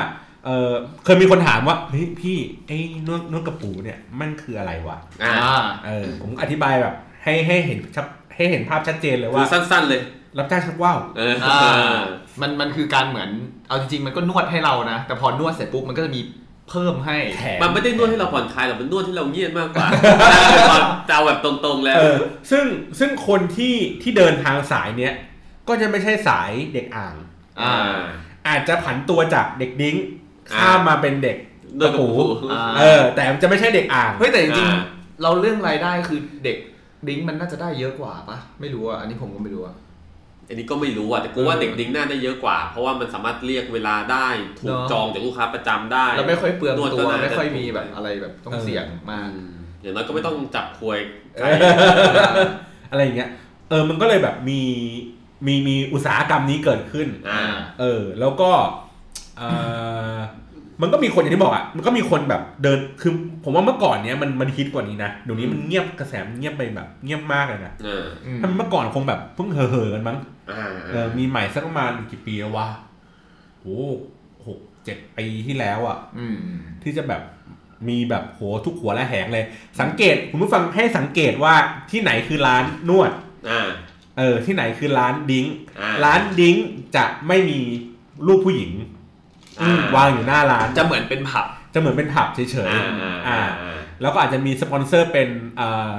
Speaker 4: เออเคยมีคนถามว่าเฮ้ยพี่ไอ้นวดนวดกระปูเนี่ยมันคืออะไรวะ
Speaker 3: อ่า
Speaker 1: อ่า
Speaker 4: เออผมอธิบายแบบ ให้ให้เห็นชัดให้เห็นภาพชัดเจนเลย
Speaker 3: คื
Speaker 4: ว่า
Speaker 3: อสั้นๆเลย
Speaker 4: รับจ้างชักว่าว
Speaker 3: เออ
Speaker 1: อ่า มันมันคือการเหมือน เอาจริงๆมันก็นวดให้เรานะ แต่พอนวดเสร็จปุ๊บมันก็จะมีเพิ่มให้
Speaker 4: แถ
Speaker 3: มันไม่ได้นวดให้เราผ่อนคลายหรอกมันนวดที่เราเงียบมากกว่าจะเอาแบบตรงๆแล้ว
Speaker 4: เออซึ่งซึ่งคนที่ที่เดินทางสายเนี้ยก็จะไม่ใช่สายเด็กอ่าง
Speaker 1: อ่า
Speaker 4: อาจจะผันตัวจากเด็กดิ้งข้า
Speaker 3: อ่าม
Speaker 4: มมาเป็นเด็ก
Speaker 3: นวดกระปู
Speaker 1: อ่า
Speaker 4: เออ แต่มันจะไม่ใช่เด็กอ่าง
Speaker 1: เฮ้ยแต่จริงๆ เราเรื่องรายได้คือเด็กดิ้งมันน่าจะได้เยอะกว่าปะไม่รู้อ่ะอันนี้ผมก็ไม่รู้อ่ะ
Speaker 3: อันนี้ก็ไม่รู้อ่ะแต่กูว่าเด็กดิ้งน่าได้เยอะกว่า เพราะว่ามันสามารถเรียกเวลาได้ถูก
Speaker 1: เนอะ
Speaker 3: จองจากลูกค้าประจำได้
Speaker 1: เราไม่ค่อยเปลือง
Speaker 3: นด
Speaker 1: ตั
Speaker 3: ก็
Speaker 1: ว
Speaker 3: น่าจะ
Speaker 1: ไม่ค่อยมีแบบอะไรแบบต้องเสี่ยงมาก
Speaker 3: อืมอย่างน้อยก็ไม่ต้องจับควย
Speaker 4: เออ อะไรอย่างเงี้ย เออ มันก็เลยแบบมีมีมีอุตสาหกรรมนี้เกิดขึ้น
Speaker 3: อ่า
Speaker 4: เออ แล้วก็เออมันก็มีคนอย่างที่บอกอ่ะ มันก็มีคนแบบเดิน คือผมว่าเมื่อก่อนเนี้ยมันมันฮิตกว่านี้นะ เดี๋ยวนี้มันเงียบกระแสมันเงียบไปแบบเงียบมากเลยนะ
Speaker 3: เออ
Speaker 1: อืม
Speaker 4: ถ้าเมื่อก่อนคงแบบเพิ่งเห่อๆกันมั้ง
Speaker 3: อ่า
Speaker 4: เออ มีใหม่สักประมาณกี่ปีแล้ววะโอ้หกเจ็ดปีที่แล้วอ่ะ
Speaker 1: อืม
Speaker 4: ที่จะแบบ มีแบบโหทุกหัวและแหงเลย สังเกตคุณผู้ฟังให้สังเกตว่าที่ไหนคือร้านนวด
Speaker 3: อ่า
Speaker 4: เออที่ไหนคือร้านดิ้ง
Speaker 3: อ่า
Speaker 4: ร้านดิ้งจะไม่มีรูปผู้หญิง
Speaker 3: อ่า
Speaker 4: วางอยู่หน้าร้าน
Speaker 1: จะเหมือนเป็นผับ
Speaker 4: จะเหมือนเป็นผับเฉย
Speaker 3: อ่าอ่า
Speaker 4: ๆ
Speaker 3: อ่า
Speaker 4: อ่าแล้วก็อาจจะมีสปอนเซอร์เป็นเอ่อ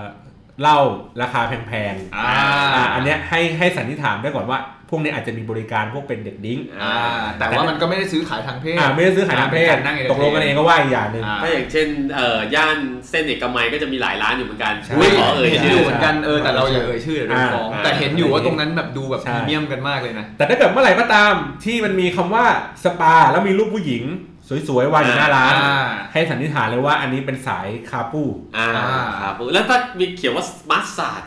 Speaker 4: เหล้าราคาแพงๆ
Speaker 1: อ่า
Speaker 4: อ่าอันเนี้ยให้ให้สันนิษฐานได้ก่อนว่า พวกนี้อาจจะมีบริการพวกเป็นเด็กดิ้ง
Speaker 3: อ่า
Speaker 1: แต่ว่ามันก็ไม่ได้ซื้อขายทางเพศ
Speaker 4: อ่าไม่ได้ซื้อขายทางเพศ
Speaker 1: อ่าเป็นการนั่ง entertain
Speaker 4: ตกลงกันเองก็ว่าอีกอย่างหนึ่ง
Speaker 1: อ่า
Speaker 3: ถ้าอย่างเช่นเอ่อย่านเส้นเอกมัยก็จะมีหลายร้านอยู่เหมือนกัน
Speaker 4: ใช่
Speaker 1: อุ้
Speaker 3: ไม่
Speaker 1: ย
Speaker 3: ขอเอ่ย
Speaker 1: เห็นอ
Speaker 3: ชื่
Speaker 1: ยู่
Speaker 3: อ
Speaker 1: เหมือนกันเออแต่เราอย่าเอ่ยชื่อเดี๋ยวโดนฟ้อง
Speaker 3: อ่า
Speaker 1: แต่เห็นอยู่ว่าตรงนั้นแบบดูแบบ
Speaker 4: ใช่
Speaker 1: พรีเมียมกันมากเลยนะ
Speaker 4: แต่ถ้าเกิดเมื่อไหร่ก็ตามที่มันมีคำว่าสปาแล้วมีรูปผู้หญิง สวยๆวางอยู่หน้าร้าน
Speaker 1: อ่า
Speaker 4: ให้สันนิษฐานเลยว่าอันนี้เป็นสายคาปู
Speaker 3: อ่า
Speaker 1: อ่า
Speaker 3: ครับแล้วถ้ามีเขียนว่ามัสซาด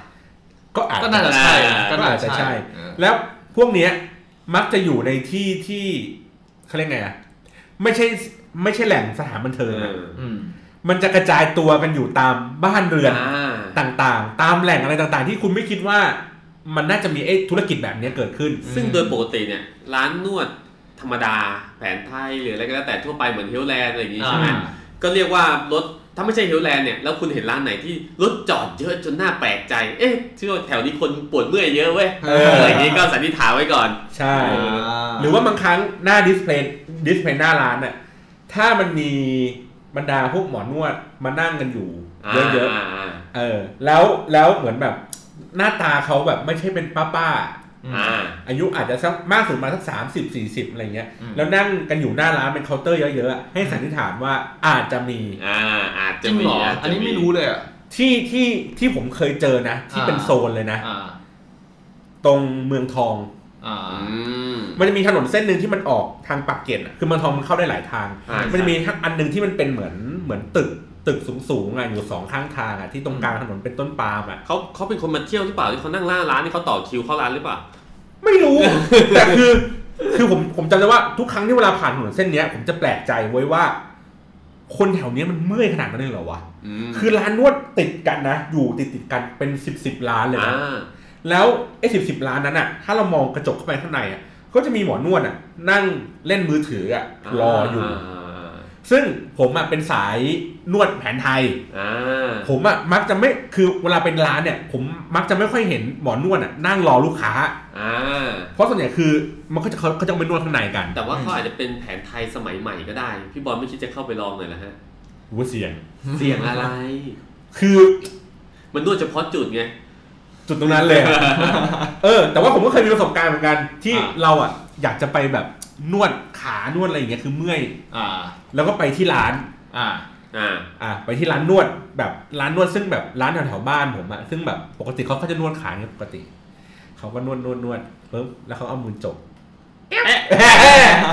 Speaker 4: ก็อาจ
Speaker 1: ก็น่าจะใช่นะ
Speaker 4: ก็อาจจะใช่
Speaker 1: เออ
Speaker 4: แล้วพวกเนี้ยมักจะอยู่ในที่ที่เขาเรียกไงอะไม่ใช่ไม่ใช่แหล่งสถานบันเทิงอะ
Speaker 1: อืม
Speaker 4: มันจะกระจายตัวกันอยู่ตามบ้านเรือนต่างๆ ตามแหล่งอะไรต่างๆ ที่คุณไม่คิดว่ามันน่าจะมีไอ้ธุรกิจแบบเนี้ยเกิดขึ้น
Speaker 3: ซึ่งโดยปกติเนี่ย ร้านนวดธรรมดา แผนไทยหรืออะไรก็แล้วแต่ทั่วไปเหมือนเฮลแลนด์อะไรอย่างงี้ใช่ไหม
Speaker 1: อ่า
Speaker 3: ก็เรียกว่ารถถ้าไม่ใช่เฮลแลนด์เนี่ย แล้วคุณเห็นร้านไหนที่รถจอดเยอะจนน่าแปลกใจ เอ๊ะที่ว่าแถวนี้คนปวดเมื่อยเยอะเว้ย
Speaker 4: เอออ
Speaker 3: อะไรอย่างงี้ก็สันนิษฐานไว้ก่อน
Speaker 4: ใช่
Speaker 3: เออ
Speaker 4: หรือว่าบางครั้งหน้าดิสเพลย์ดิสเพลย์หน้าร้านน่ะถ้ามันมีบรรดาพวกหมอนวดมานั่งกันอยู่เยอะ
Speaker 3: ๆอ่า
Speaker 4: ๆเออ แล้วแล้วเหมือนแบบหน้าตาเขาแบบไม่ใช่เป็นป้าป้า
Speaker 1: อืม
Speaker 3: อ่า
Speaker 4: ๆอายุอาจจะสักมากสุดมาสักสามสิบสี่สิบอะไรเงี้ย
Speaker 1: อืม
Speaker 4: แล้วนั่งกันอยู่หน้าร้านเป็นเคาน์เตอร์เยอะๆอะให้สันนิษฐานว่าอาจจะมี
Speaker 3: อ่าอาจ
Speaker 1: จ
Speaker 3: จะ
Speaker 1: ริง
Speaker 3: มี
Speaker 1: เหรอ
Speaker 3: จจะ
Speaker 1: อันนี้ไม่รู้เลยอ่ะ
Speaker 4: ที่ที่ที่ผมเคยเจอนะ ที่เป็น
Speaker 1: อ่า
Speaker 4: โซนเลยนะ
Speaker 1: อ่า
Speaker 4: ตรงเมืองทอง
Speaker 1: อ่า
Speaker 3: อืม
Speaker 4: มันจะมีถนนเส้นหนึ่งที่มันออกทางปากเกร็ดอะคือเมืองทองมันเข้าได้หลายทาง
Speaker 3: อ่ามั
Speaker 4: มันจะมีทั้งอันหนึ่งที่มันเป็นเหมือนเหมือนตึกตึกสูงๆอ่ะอยู่สองข้างทางอ่ะที่ตรงกลางถนนเป็นต้นปาล์มอ่ะ
Speaker 3: เขาเขาเป็นคนมาเที่ยวหรือเปล่าที่เขานั่งล่าร้านนี่เขาต่อคิวเข้าร้านหรือเปล่า
Speaker 4: ไม่รู้ แต่คือ คือผมผมจำได้ว่าทุกครั้งที่เวลาผ่านถนนเส้นเนี้ยผมจะแปลกใจไว้ยว่า คนแถวเนี้ยมันเมื่อยขนาดนั้นเลยเหรอวะ
Speaker 3: อืม
Speaker 4: คือร้านนวดติดกันนะอยู่ติดติดๆกันเป็นสิบสิบร้านเลย
Speaker 3: อ่า
Speaker 4: นะแล้วไอ้สิบสิบร้านนั้นอ่ะ ถ้าเรามองกระจกเข้าไปข้างในอ่ะก็จะมีหมอนวดอ่ะ นั่งเล่นมือถืออ่ะรออยู่
Speaker 3: า
Speaker 4: ซึ่งผมอ่ะเป็นสายนวดแผนไทย
Speaker 3: อ่า
Speaker 4: ผมอ่ะมักจะไม่คือเวลาเป็นร้านเนี่ย ผมมักจะไม่ค่อยเห็นหมอนวดอ่ะนั่งรอลูกค้า
Speaker 3: อ่า
Speaker 4: เพราะส่วนใหญ่คือมันก็จะเขาเขาจะเอาไปนวดข้างในกัน
Speaker 3: แต่ว่าเขาอาจจะเป็นแผนไทยสมัยใหม่ก็ได้ พี่บอลไม่คิดจะเข้าไปลองเลยนะฮะ
Speaker 4: หัวเสียง
Speaker 3: เสี่ยงอะไร
Speaker 4: คือ
Speaker 3: มันนวดเฉพาะจุด ไง
Speaker 4: จุดตรงนั้นเลยอะ เออ แต่ว่าผมก็เคยมีประสบการณ์เหมือนกัน ที่
Speaker 1: อ่า
Speaker 4: เราอ่ะอยากจะไปแบบนวดขานวดอะไรอย่างเงี้ยคือเมื่อย
Speaker 1: อ่า
Speaker 4: แล้วก็ไปที่ร้าน
Speaker 1: อ่า
Speaker 3: อ่า
Speaker 4: อ่ะไปที่ร้านนวดแบบร้านนวดซึ่งแบบร้านแถวๆบ้านผมอ่ะซึ่งแบบปกติเขาก็จะนวดขาเนี่ยปกติเขาก็นวดนวดนวดปึ๊บแล้วเขาเอามือจบ
Speaker 3: เอ๊ะ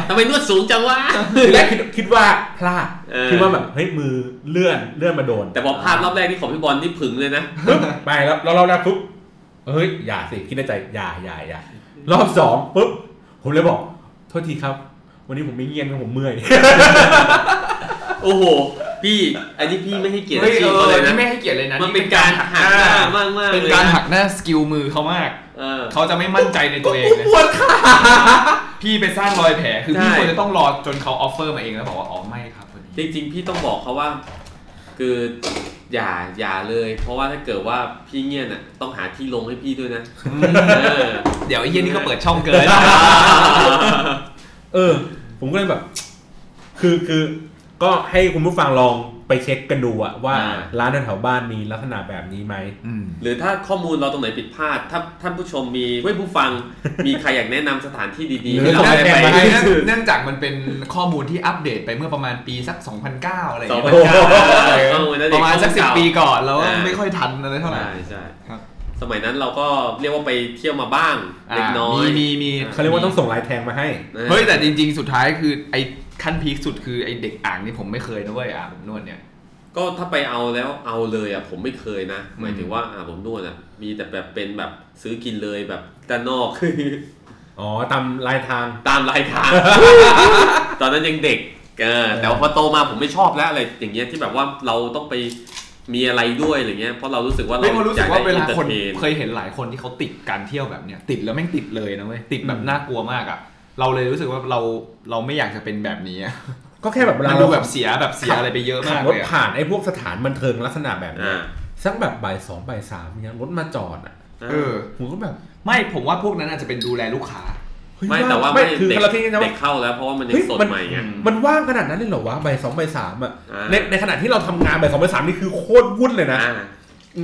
Speaker 3: ทำไมนวดสูงจังวะ
Speaker 4: ทีแรกคิดคิดว่าพลาด
Speaker 3: เออ
Speaker 4: คิดว่าแบบเฮ้ยมือเลื่อนเลื่อนมาโดน
Speaker 3: แต่พอภาพรอบแรกที่ของพี่บอลนี่ผึ่งเลยนะ
Speaker 4: ปึ๊บไปแล้วเราเราแล้วปุ๊บเฮ้ยอย่าสิคิดในใจอย่าอย่าอย่ารอบสองปุ๊บผมเลยบอกโทษทีครับ วันนี้ผมไม่เงียนครับผมเมื่อย
Speaker 3: โอ้โห พี่ อันนี้พี่ไม่ให้เกียรติ
Speaker 1: เฮ้ย
Speaker 3: อาชีพ
Speaker 1: เอ
Speaker 3: เขา
Speaker 1: อ
Speaker 3: เลย
Speaker 1: นี่
Speaker 3: นะ
Speaker 1: ไม่ให้เกียรติเลยนะ
Speaker 3: มันเป็นการหักหน้ามากมากๆ
Speaker 1: เป็น
Speaker 3: เลย
Speaker 1: การ
Speaker 3: นะ
Speaker 1: หักหน้าสกิลมือเขามาก
Speaker 3: เออ
Speaker 1: เขาจะไม่มั่นใจในตัวเองนะ
Speaker 4: ปวดขา
Speaker 1: พี่ไปสร้างรอยแผลคือพี่
Speaker 3: ใช่
Speaker 1: ควรจะต้องรอจนเขาออฟเฟอร์มาเองแล้วบอกว่าอ๋อไม่ครับวันนี้
Speaker 3: จริงๆ พี่ต้องบอกเขาว่า คืออย่าอย่าเลย เพราะว่าถ้าเกิดว่าพี่เงียนอ่ะ ต้องหาที่ลงให้พี่ด้วยนะเออ
Speaker 1: เดี๋ยวไอ้เหี้ยนี่ก็เปิดช่องเกิน
Speaker 4: เออ ผมก็เลยแบบ คือคือก็ให้คุณผู้ฟังลองไปเช็คกันดูอะว่า
Speaker 3: อ่า
Speaker 4: ร้านแถวๆบ้านมีลักษณะแบบนี้ไหม
Speaker 3: หรือถ้าข้อมูลเราตรงไหนผิดพลาด ถ้าท่านผู้ชมมีเว้ยผู้ฟั ง มีใครอยากแนะนำสถานที่ดีๆ
Speaker 4: หรื
Speaker 3: ให้
Speaker 4: อ
Speaker 3: เรา
Speaker 4: ส่ง
Speaker 3: ได้
Speaker 4: แผ
Speaker 3: ไป
Speaker 4: น
Speaker 1: เนื่อ
Speaker 4: มา
Speaker 1: งเนื่องจากมันเป็นข้อมูลที่อัปเดตไปเมื่อประมาณปีสัก 2009 อะไรอ
Speaker 3: ส
Speaker 1: ย่า
Speaker 3: องง
Speaker 1: เงี้ย
Speaker 3: พันเก้าข้อมูลนั้น
Speaker 1: ป
Speaker 3: เด็
Speaker 1: ระมาณสักสิ
Speaker 3: เ
Speaker 1: ปีก่อนเราก็ไม่ค่อยทันอะไรเท่าไหร่
Speaker 3: ใช่ใช่
Speaker 1: ครับ
Speaker 3: สมัยนั้นเราก็เรียกว่าไปเที่ยวมาบ้างเล็กน้อย
Speaker 1: อ่ามีมีมี
Speaker 4: เขาเรียกว่าต้องส่งลายแทงมาให้
Speaker 3: นะ
Speaker 1: เฮ้ยแต่จริง ๆ สุดท้ายคือไอ้ขั้นพีคสุดคือไอ้เด็กอ่างนี่ผมไม่เคยนะเว้ยอ่างนวดเนี่ย
Speaker 3: ก็ถ้าไปเอาแล้วเอาเลยอ่ะผมไม่เคยนะหมายถึงว่าอ่าผมนวดอ่ะมีแต่แบบเป็นแบบซื้อกินเลยแบบด้านนอก
Speaker 4: อ๋อตามลายทาง
Speaker 3: ตามร ายทาง ตอนนั้นยังเด็กเออแต่ว่าพอโตมาผมไม่ชอบแล้วอะไรอย่างเงี้ยที่แบบว่าเราต้องไปมีอะไรด้วยอะไรเงี้ยเพราะเรารู้สึกว่าเรา
Speaker 1: ไม่เพราะรู้สึกว่าเวลาคน
Speaker 3: อยกได้ entertain
Speaker 1: เคยเห็นหลายคนที่เขาติดการเที่ยวแบบเนี้ยติดแล้วแม่งติดเลยนะเว้ยติดแบบน่ากลัวมากอ่ะ เราเลยรู้สึกว่าเราเราไม่อยากจะเป็นแบบนี้อะ
Speaker 4: ก็แค่แบบเว
Speaker 1: มั
Speaker 4: ลาน
Speaker 1: ดู
Speaker 4: เรา
Speaker 1: แบบเสียแบบเสียอะไรไปเยอะ
Speaker 4: ขั
Speaker 1: มา
Speaker 4: บ
Speaker 1: ก
Speaker 4: ร
Speaker 1: เล
Speaker 4: ถ
Speaker 1: ยอะ
Speaker 4: ผ่านไอ้พวกสถานบันเทิงลักษณะแบบนี้
Speaker 3: อ่า
Speaker 4: สักแบบบ่ายสองบ่ายสามเนี้ยรถมาจอดอ่ะ
Speaker 1: เออ
Speaker 4: ผมก็แบบ
Speaker 1: ไม่ผมว่าพวกนั้นอาจจะเป็นดูแลลูกค้า
Speaker 4: เฮ้ย
Speaker 3: ไม่แต่ว่า
Speaker 4: ไม่
Speaker 3: ไม่
Speaker 4: คือ
Speaker 3: เด็ก
Speaker 4: กระทิงนะ
Speaker 3: เด็
Speaker 4: ว่า
Speaker 3: กเข้าแล้วเพราะว่ามันยั
Speaker 4: เฮ้
Speaker 3: ง
Speaker 4: ย
Speaker 3: สด
Speaker 4: มัน
Speaker 3: ใหม่ไง
Speaker 4: มันว่างขนาดนั้นเลยเหรอวะบ่ายสองบ่ายสามอ่ะ
Speaker 3: อ่า
Speaker 4: ในในขณะที่เราทำงานบ่ายสองบ่ายสามนี่คือโคตรวุ่นเลยนะ
Speaker 3: อ่า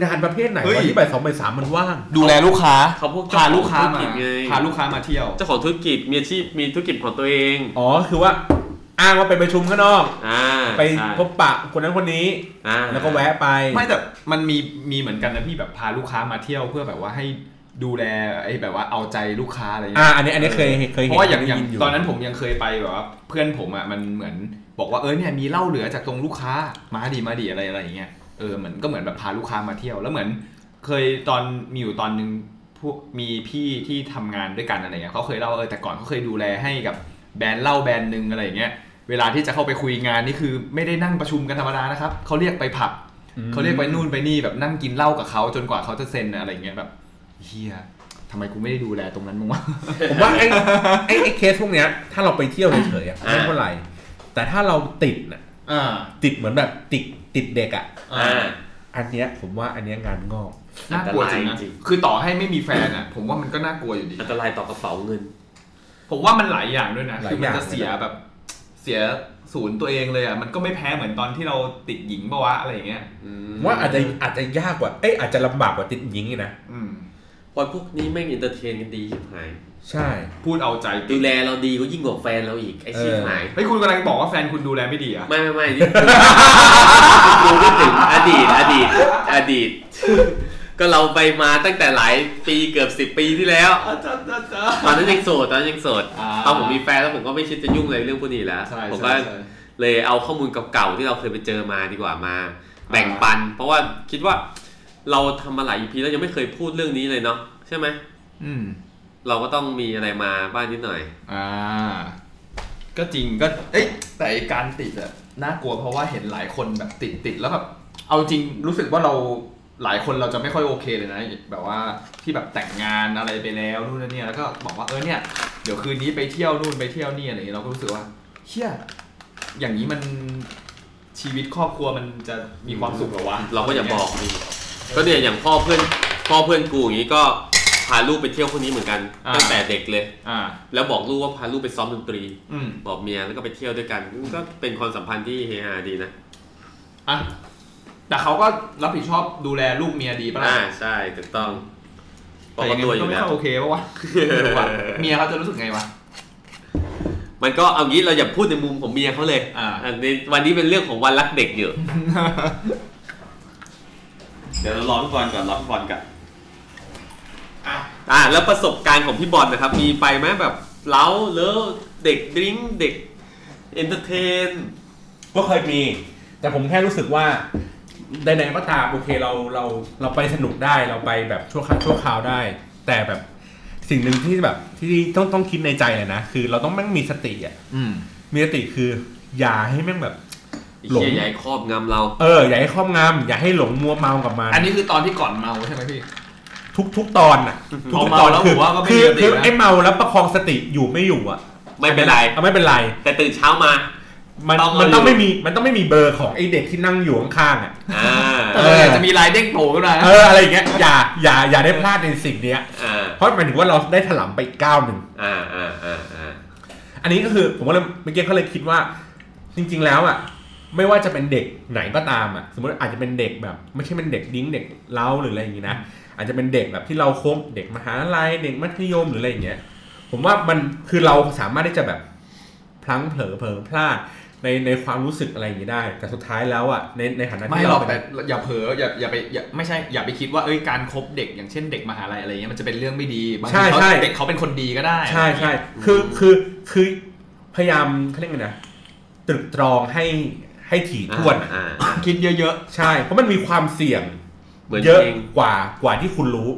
Speaker 3: ง
Speaker 4: านประเภทไหน
Speaker 1: เฮ้ย
Speaker 4: วะที่บ่ายสองบ่ายสามมันว่าง
Speaker 1: ดูแลลูกค้า
Speaker 3: เขาพวก
Speaker 1: พาลูกค้ามา
Speaker 3: เจ้ของธุรจไง
Speaker 1: พาลูกค้ามาเที่ยว
Speaker 3: เจ้าของธุรกิจมีอาชีพมีธุรกิจของตัวเอง
Speaker 4: อ๋อคือว่าอ้างว่าไปประชุมข้างนอก
Speaker 3: อ่า
Speaker 4: ไป
Speaker 3: ใช่
Speaker 4: พบปะคนนั้นคนนี้
Speaker 3: อ่า
Speaker 4: แล้วก็แวะไป
Speaker 1: ไม่แต่มันมีมีเหมือนกันนะพี่แบบพาลูกค้ามาเที่ยวเพื่อแบบว่าให้ดูแลไอ้แบบว่าเอาใจลูกค้าอะไร
Speaker 4: อ่า
Speaker 1: เงี้ย
Speaker 4: อันนี้อันนี้เคยเคย
Speaker 1: เพ
Speaker 4: เห็น
Speaker 1: ราะว่าอย่างอย่าง
Speaker 4: ได้ยิยู่
Speaker 1: ตอนนั้นผมยังเคยไปแบบว่าเพื่อนผมอ่ะมันเหมือนบอกว่าเออเนี่ยมีเหล้าเหลือจากตรงลูกค้ามาดีมาดีอะไรอะไรอย่างเงี้ยเออเหมือนก็เหมือนแบบพาลูกค้ามาเที่ยวแล้วเหมือน เคยตอนมีอยู่ตอนหนึ่งพวกมีพี่ที่ทำงานด้วยกันอะไรเงี้ยเขาเคยเล่าว่าเออแต่ก่อนเขาเคยดูแลให้กับแบรนด์เหล้าแบรนด์หนึ่งอะไรอย่างเงี้ยเวลาที่จะเข้าไปคุยงานนี่คือไม่ได้นั่งประชุมกันธรรมดานะครับเขาเรียกไปผับ
Speaker 4: อืม
Speaker 1: เขาเรียกไปนู่นไปนี่แบบนั่งกินเหล้ากับเขาจนกว่าเขาจะเซ็นอะไรอย่างเงี้ยแบบเฮียทำไมกูไม่ได้ดูแลตรงนั้นมั้งวะ
Speaker 4: ผมว่าไอ้ไอ้ไอ้เคสพวกเนี้ย ถ้าเราไปเที่ยวเฉยๆอะไม่เท่าไหร่แต่ถ้าเราติดน่ะ
Speaker 1: อ่า
Speaker 4: ติดเหมือนแบบติดติดเด็กอ่ะ
Speaker 3: อ่า
Speaker 4: อันเนี้ยผมว่าอันเนี้ยงานงอก
Speaker 1: น่ากลัวจริง
Speaker 3: อันตราย
Speaker 1: นะ
Speaker 3: จริง
Speaker 1: คือต่อให้ไม่มีแฟนอ่ะ ผมว่ามันก็น่ากลัวอยู่ดี
Speaker 3: อันตรายต่อกระเป๋าเงิน
Speaker 1: ผมว่ามันหลายอย่างด้วยนะ
Speaker 4: หลาย
Speaker 1: คือมัน
Speaker 4: อย่าง
Speaker 1: จะเสีย
Speaker 4: เลยนะ
Speaker 1: แบบเสียศูนย์ตัวเองเลยอ่ะมันก็ไม่แพ้เหมือนตอนที่เราติดหญิงปะวะอะไรอย่างเงี้ย
Speaker 3: อืม
Speaker 4: ผมว่าอาจจะอาจจะยากกว่าเอ้ยอาจจะลำบากกว่าติดหญิงอีกนะ
Speaker 1: อืม
Speaker 3: วันพวกนี้แม่งอินเตอร์เทนกันดีชิบหาย
Speaker 4: ใช่
Speaker 1: พูดเอาใจ
Speaker 3: ดูแลเราดีก็ยิ่งกว่าแฟนเราอีกไอ้ชิบหาย
Speaker 1: เฮ้ยคุณกำลังบอกว่าแฟนคุณดูแลไม่ดีอ่ะ
Speaker 3: ไม่ไม่ไม่ นี่คือกูพูดถึงอดีตอดีตอดีต ก็เราไปมาตั้งแต่หลายปีเกือบสิบ10 ปีที่แล้ว
Speaker 1: อาจารย์อาจารย์
Speaker 3: ตอนนั้นยังโสดตอนนั้นยังโสด
Speaker 1: อ่า
Speaker 3: ตอนผมมีแฟนแล้วผมก็ไม่คิดจะยุ่งอะไรเรื่องพวกนี้แล้ว
Speaker 1: ใช่
Speaker 3: ผม
Speaker 1: ใช่
Speaker 3: ก็
Speaker 1: ใช่
Speaker 3: เลยเอาข้อมูลเก่าๆที่เราเคยไปเจอมาดีกว่ามา แบ่งปัน เพราะว่าคิดว่าเราทำมาหลาย EP แล้วยังไม่เคยพูดเรื่องนี้เลยเนาะใช่ไหม
Speaker 1: อืม
Speaker 3: เราก็ต้องมีอะไรมาบ้างนิดหน่อย
Speaker 1: อ่า ก็จริงก็เอ้ยแต่ไอ้การติดอะน่ากลัวเพราะว่าเห็นหลายคนแบบติดติดแล้วแบบเอาจริงรู้สึกว่าเราหลายคนเราจะไม่ค่อยโอเคเลยนะแบบว่าที่แบบแต่งงานอะไรไปแล้วนู่นนั่นเนี่ยแล้วก็บอกว่าเออเนี่ยเดี๋ยวคืนนี้ไปเที่ยวนู่นไปเที่ยวนี่อะไรอย่างเงี้ยเราก็รู้สึกว่าเชี่ยอย่างนี้มันชีวิตครอบครัวมันจะมีความสุขเหรอวะ
Speaker 3: เราก็อย่าบอกนี่ก็เนี่ยอย่างพ่อเพื่อนพ่อเพื่อนกูอย่างนี้ก็พาลูกไปเที่ยวพวกนี้เหมือนกันตั้งแต่เด็กเลย
Speaker 1: อ่า
Speaker 3: แล้วบอกลูกว่าพาลูกไปซ้อมดนตรี
Speaker 1: อืม
Speaker 3: บอกเมียแล้วก็ไปเที่ยวด้วยกันมันก็เป็นความสัมพันธ์ที่เฮฮาดีนะ
Speaker 1: อ่ะแต่เขาก็รับผิดชอบดูแลลูกเมียดีปะล่ะ
Speaker 3: อ่าใช่ถูกต้องบอก
Speaker 1: แต่ยั
Speaker 3: ว่าง
Speaker 1: ไง
Speaker 3: รวยอ
Speaker 1: มั
Speaker 3: นยู่
Speaker 1: ก็ไม่
Speaker 3: แล้ว
Speaker 1: ค่อยโอเคปะวะ ไม่รู้วะเมียเขาจะรู้สึกไงวะ
Speaker 3: มันก็เอางี้เราอย่าพูดในมุมของเมียเขาเลย
Speaker 1: อ่า
Speaker 3: นนี้วันนี้เป็นเรื่องของวันรักเด็กอยู่
Speaker 2: เดี๋ยวเรารอพี่บอลก่อนรอพี่บอลก่อน
Speaker 3: อ่าแล้วประสบการณ์ของพี่บอลนะครับ มีไปไหมแบบเล้าเลิฟเด็กดริ้งเด็กเอนเตอร์เทน
Speaker 4: ก็เคยมี แต่ผมแค่รู้สึกว่าใดๆก็ตามโอเคเราเราเราไปสนุกได้เราไปแบบชั่วคราวชั่วคราวได้ แต่แบบสิ่งหนึ่งที่แบบที่ต้องต้องคิดในใจเลยนะคือเราต้องแม่งมีสติอ่ะ
Speaker 1: อืม
Speaker 4: มีสติคืออย่าให้แม่งแบบ
Speaker 3: ไอ้
Speaker 4: หลง
Speaker 3: เชี่ยใหญ่ครอบงำเรา
Speaker 4: เอออย่าให้ครอบงำอย่าให้หลงมัวเมากับมัน
Speaker 1: อันนี้คือตอนที่ก่อนเมาใช่ไหมพี่
Speaker 4: ทุกทุกตอนอ่ะท
Speaker 1: พ
Speaker 4: ุก
Speaker 1: อ
Speaker 4: ทุก
Speaker 1: เมา
Speaker 4: ตอน
Speaker 1: แล้ว
Speaker 4: คื
Speaker 1: ผมว่าก็ไม่
Speaker 4: คื
Speaker 1: มี
Speaker 4: อ
Speaker 1: สติ
Speaker 4: คือ
Speaker 1: นะ
Speaker 4: ไอ้เมาแล้วประคองสติอยู่ไม่อยู่อ่ะ
Speaker 3: ไม่เป็นไร
Speaker 4: อาไม่เป็นไร
Speaker 3: แต่ตื่นเช้ามา
Speaker 4: มัน
Speaker 3: ต้องเอา
Speaker 4: มันต้
Speaker 3: อ
Speaker 4: อง
Speaker 3: ยู่
Speaker 4: ไม่มีมันต้องไม่มีเบอร์ของไอ้เด็กที่นั่งอยู่ข้างๆอ่ะ
Speaker 3: อ่า
Speaker 4: เออ
Speaker 1: จะมีลายเด้งโผล่ขึ้นมา
Speaker 4: เอออะไรอย่างเงี้ยอย่าอย่าอย่าได้พลาดในสิ่งเนี้ย
Speaker 3: อ่า
Speaker 4: เพราะหมายถึงว่าเราได้ถลำไปอีกก้าวหนึ่ง
Speaker 3: อ่า อ่า อ่า อ่า
Speaker 4: อันนี้ก็คือผมก็เลยเมื่อกี้เขาเลยคิดว่า จริง ๆแล้วอ่ะ ไม่ว่าจะเป็นเด็กไหนก็ตามอ่ะ สมมติอาจจะเป็นเด็กแบบ ไม่ใช่เป็นเด็กดิ้งเด็กเล้าหรืออะไรอย่างงี้นะอาจจะเป็นเด็กแบบที่เราคบเด็กมหาลัยเด็กมัธยมหรืออะไรอย่างเงี้ย ผมว่ามันคือเราสามารถที่จะแบบพลั้งเผลอเผลอพลาดในในความรู้สึกอะไรอย่างงี้ได้ แต่สุดท้ายแล้วอ่ะในในฐานะ
Speaker 1: ไม่
Speaker 4: ที่
Speaker 1: หรอก
Speaker 4: เป็น
Speaker 1: แต่อย่าเผลออย่าอย่าไปอย่าไม่ใช่อย่าไปคิดว่าเอ้ยการคบเด็กอย่างเช่นเด็กมหาลัยอะไรเงี้ยมันจะเป็นเรื่องไม่ดีบาง
Speaker 4: ใช่
Speaker 1: ทีเขา
Speaker 4: ใช่
Speaker 1: เด็กเขาเป็นคนดีก็ได้
Speaker 4: ใช่ใช่คือคือคือพยายามเขาเรียกไงนะตรึกตรองให้ให้ถี่ถ้วนอะ
Speaker 3: อ่า
Speaker 1: คิดเยอะ
Speaker 4: ใช่ เพราะมันมีความเสี่ยง
Speaker 3: เหมือน
Speaker 4: เยอะ
Speaker 3: จริง
Speaker 4: กว่ากว่าที่คุณรู้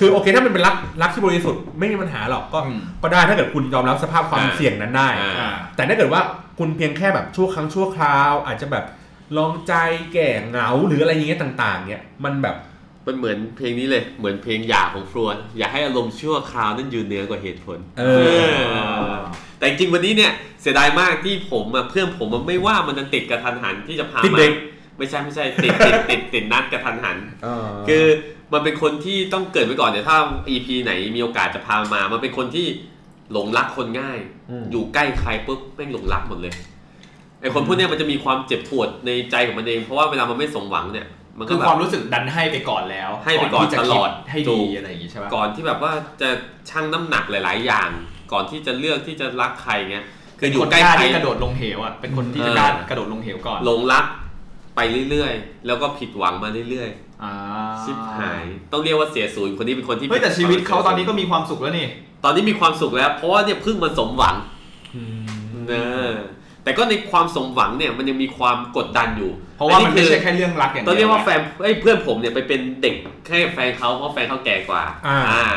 Speaker 4: คือโอเคถ้ามันเป็นรักรักที่บริสุทธิ์ไม่มีปัญหาหรอก
Speaker 1: ๆ
Speaker 4: ก็
Speaker 1: อืม
Speaker 4: ก็ได้ถ้าเกิดคุณยอมรับสภาพความ
Speaker 3: อ่า
Speaker 4: เสี่ยงนั้นได้
Speaker 3: อ่า
Speaker 1: อ่า
Speaker 4: แต่ถ้าเกิดว่าคุณเพียงแค่แบบชั่วครั้งชั่วคราว อาจจะแบบลองใจแก่เหงาหรืออะไรอย่างเงี้ยต่าง ๆ เนี่ยมันแบบ
Speaker 3: มันเหมือนเพลงนี้เลย เหมือนเพลงหยาของฟลวน อย่าให้อารมณ์ชั่วคราวนั้นยืนเหนือกว่าเหตุผล
Speaker 4: เออ
Speaker 3: เออ แต่จริงๆวันนี้เนี่ยเสียดายมากที่ผมอะเพื่อนผมมันไม่ว่ามันจะติดกระทันหันที่จะพา
Speaker 4: ติด
Speaker 3: มา
Speaker 4: เด็ก
Speaker 3: ไม่ใช่ไม่ใช่ติดติดติดติดนัดกระทันหัน
Speaker 4: คื
Speaker 3: คือ อมันเป็นคนที่ต้องเกิดไว้ก่อนเดี๋ยวถ้า EP ไหนมีโอกาสจะพามา มันเป็นคนที่หลงรักคนง่าย
Speaker 4: อืม
Speaker 3: อยู่ใกล้ใครปุ๊บแม่งหลงรักหมดเลยไอคนพวกเนี้ยมันจะมีความเจ็บปวดในใจของมันเอง เพราะว่าเวลามันไม่สมหวังเนี่ย มันก็
Speaker 1: คือ
Speaker 3: แบ
Speaker 1: ความ
Speaker 3: บ
Speaker 1: รู้สึกดันให้ไปก่อนแล้ว
Speaker 3: ให้ไปก่อน
Speaker 1: ที่จะ
Speaker 3: ตลอด
Speaker 1: คิให้
Speaker 3: ถู
Speaker 1: ดี
Speaker 3: ก
Speaker 1: อะไรอย่างงี้ใช่ปะ
Speaker 3: ก่อนที่แบบว่าจะชั่งน้ำหนักหลาย ๆ อย่าง ก่อนที่จะเลือกที่จะรักใครเงี้ยคืออยู่ใกล้
Speaker 1: เป็นนล้า
Speaker 3: ใคร
Speaker 1: ที่กระโดดลงเหวอ่ะ เป็นคนที่
Speaker 3: เออ
Speaker 1: จะกล้ากระโดดลงเหวก่อน
Speaker 3: หลงรักไปเรื่อย ๆ แล้วก็ผิดหวังมาเรื่อย
Speaker 1: อ่า
Speaker 3: ๆชิบหาย ต้องเรียกว่าเสียศูนย์คนนี้เป็นคนที่
Speaker 1: เฮ้ยแต่ชีวิตเขาตอนนี้ก็มีความสุขแล้วนี่
Speaker 3: ตอนนี้มีความสุขแล้ว เพราะว่าเนี่ยเพิ่งมันสมหวัง เนอแต่ก็ในความสมหวังเนี่ยมันยังมีความกดดันอยู่
Speaker 1: เพราะว่ามัน
Speaker 3: อั
Speaker 1: ไม่ใช่แค่เรื่องรักอย่าง
Speaker 3: ต้
Speaker 1: เดี
Speaker 3: องเรียกว่าแฟ
Speaker 1: ไง
Speaker 3: นเอ้ยเพื่อนผมเนี่ยไปเป็นเด็กแค่แฟนเขาเพราะแฟนเขาแก่กว่า
Speaker 4: อ่า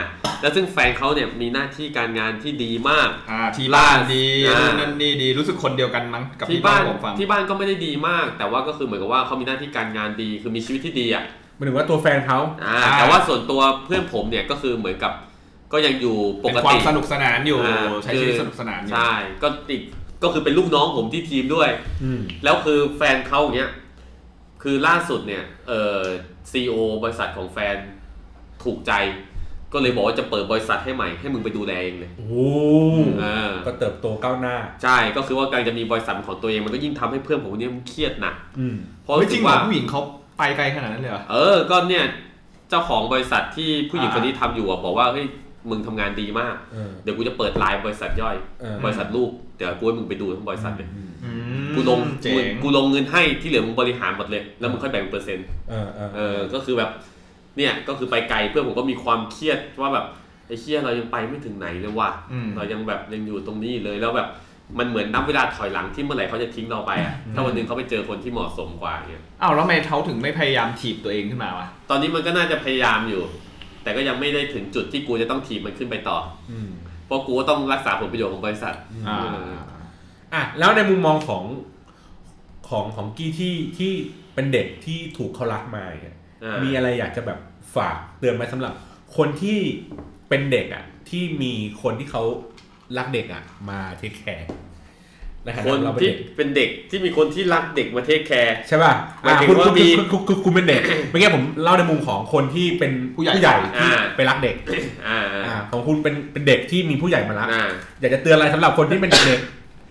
Speaker 3: แล้วซึ่งแฟนเขาเนี่ยมีหน้าที่การงานที่ดีมาก
Speaker 1: อ่าที่บ้านดี
Speaker 3: อ่า
Speaker 1: นู่นนั่นนี่ดีรู้สึกคนเดียวกันมั้งกับ
Speaker 3: ที่
Speaker 1: ที่
Speaker 3: บ้า
Speaker 1: บ้าน นผมฟัง
Speaker 3: ที่บ้านก็ไม่ได้ดีมาก แต่ว่าก็คือเหมือนกับว่าเขามีหน้าที่การงานดีคือมีชีวิตที่ดีอ่ะ
Speaker 4: หมายถึงว่าตัวแฟนเขา
Speaker 3: อ่าแต่ว่าส่วนตัวเพื่อนผมเนี่ยก็คือเหมือนกับก็ยังอยู่ป
Speaker 1: เป็น
Speaker 3: ก
Speaker 1: ความ
Speaker 3: ติ
Speaker 1: สนุกสนานอยู่
Speaker 3: อ่า
Speaker 1: ใช้ชีวิตสนุกสนานอยู่
Speaker 3: ใช่ก็ติดก็คือเป็นลูกน้องผมที่ทีมด้วย
Speaker 4: อืม
Speaker 3: แล้วคือแฟนเขาอย่างเงี้ย คือล่าสุดเนี่ยเออซีอบริษัทของแฟนถูกใจ ก็เลยบอกว่าจะเปิดบริษัทให้ใหม่ให้มึงไปดูแลเองเลย
Speaker 4: โอ้โห
Speaker 3: เออ
Speaker 4: ก็เติบโตก้าวหน้า
Speaker 3: ใช่ก็คือว่ากำลังจะมีบริษัทของตัวเองมันก็ยิ่งทำให้เพื่อนผมคนเนี้ยมันเครียดหนัก
Speaker 4: อืม
Speaker 3: เพราะ
Speaker 1: เฮ้ย
Speaker 3: รู้
Speaker 1: จ
Speaker 3: สึ
Speaker 1: ริง
Speaker 3: ก
Speaker 1: เหรอ
Speaker 3: ว่า
Speaker 1: ผู้หญิงเขาไปไกลขนาดนั้นเลยเหรอ
Speaker 3: เออก็เนี่ยเจ้าของบริษัทที่ผู้หญิง
Speaker 1: อ่า
Speaker 3: คนนี้ทำอยู่อะบอกว่าเฮ้ยมึงทำงานดีมาก
Speaker 4: เออ
Speaker 3: เดี๋ยวกูจะเปิดไลน์บริษัทย่อย
Speaker 4: เออ
Speaker 3: บริษัทลูกเดี๋ยวกูให้มึงไปดูทั้งบริษัทเลย
Speaker 4: อืม
Speaker 1: อืม
Speaker 3: กูลง
Speaker 1: เจ๋ง
Speaker 3: กูลงเงินให้ที่เหลือมึงบริหารหมดเลยแล้วมึงค่อยแบ่งเปอร์เซ็นต์
Speaker 4: เออเออ
Speaker 3: เออ ก็คือแบบ เนี่ย ก็คือไปไกลเพื่อนผมก็มีความเครียดว่าแบบไอ้เคียเรายังไปไม่ถึงไหนเลยว่ะ
Speaker 1: ม
Speaker 3: เรายังแบบยังอยู่ตรงนี้อยู่เลยแล้วแบบมันเหมือนนับเวลาถอยหลังที่เมื่อไหร่เขาจะทิ้งเราไปอะถ้าวันหนึงเขาไปเจอคนที่เหมาะสมกว่าเนี่ย
Speaker 1: อ้าวแล้วทำไมเขาถึงไม่พยายามถีบตัวเองขึ้นมาวะ
Speaker 3: ตอนนี้มันก็น่าจะพยายามอยู่ แต่ก็ยังไม่ได้ถึงจุดที่กูจะต้องถีบมันขึ้นไปต่อ
Speaker 4: อืม
Speaker 3: เพราะกูก็ต้องรักษาผลประโยชน์ของบริษัท
Speaker 1: อ่า
Speaker 4: อ่ะแล้วในมุมมองของของของกี้ที่ที่เป็นเด็กที่ถูกเขารักมาเนี่ย
Speaker 3: อ่ามี
Speaker 4: มีอะไรอยากจะแบบฝากเตือนไหมสำหรับ คนที่เป็นเด็กอ่ะ ที่มีคนที่เขารักเด็กอ่ะ มาเทคแคร์ในฐานะ
Speaker 3: คน
Speaker 4: เราเป็น
Speaker 3: ที่
Speaker 4: เด็ก
Speaker 3: เป็นเด็กที่มีคนที่รักเด็กมาเทคแคร์
Speaker 4: ใช่ป่ะ
Speaker 3: หมาย
Speaker 4: อ่ะ
Speaker 3: ถึง
Speaker 4: คุณ
Speaker 3: ว่า
Speaker 4: คุณ
Speaker 3: มี
Speaker 4: คุณคุณคุณคุณเป็น เด็ก เมื่อกี้ผมเล่าในมุมของคนที่เป็น
Speaker 1: ผู้ใหญ่
Speaker 4: ที่
Speaker 3: อ่า
Speaker 4: ไปรักเด็ก
Speaker 3: อ่า
Speaker 4: อ่าของคุณเป็นเป็นเด็กที่มีผู้ใหญ่มารัก
Speaker 3: อ่า
Speaker 4: อยากจะเตือนอะไรสำหรับคนที่เป็นเด็ก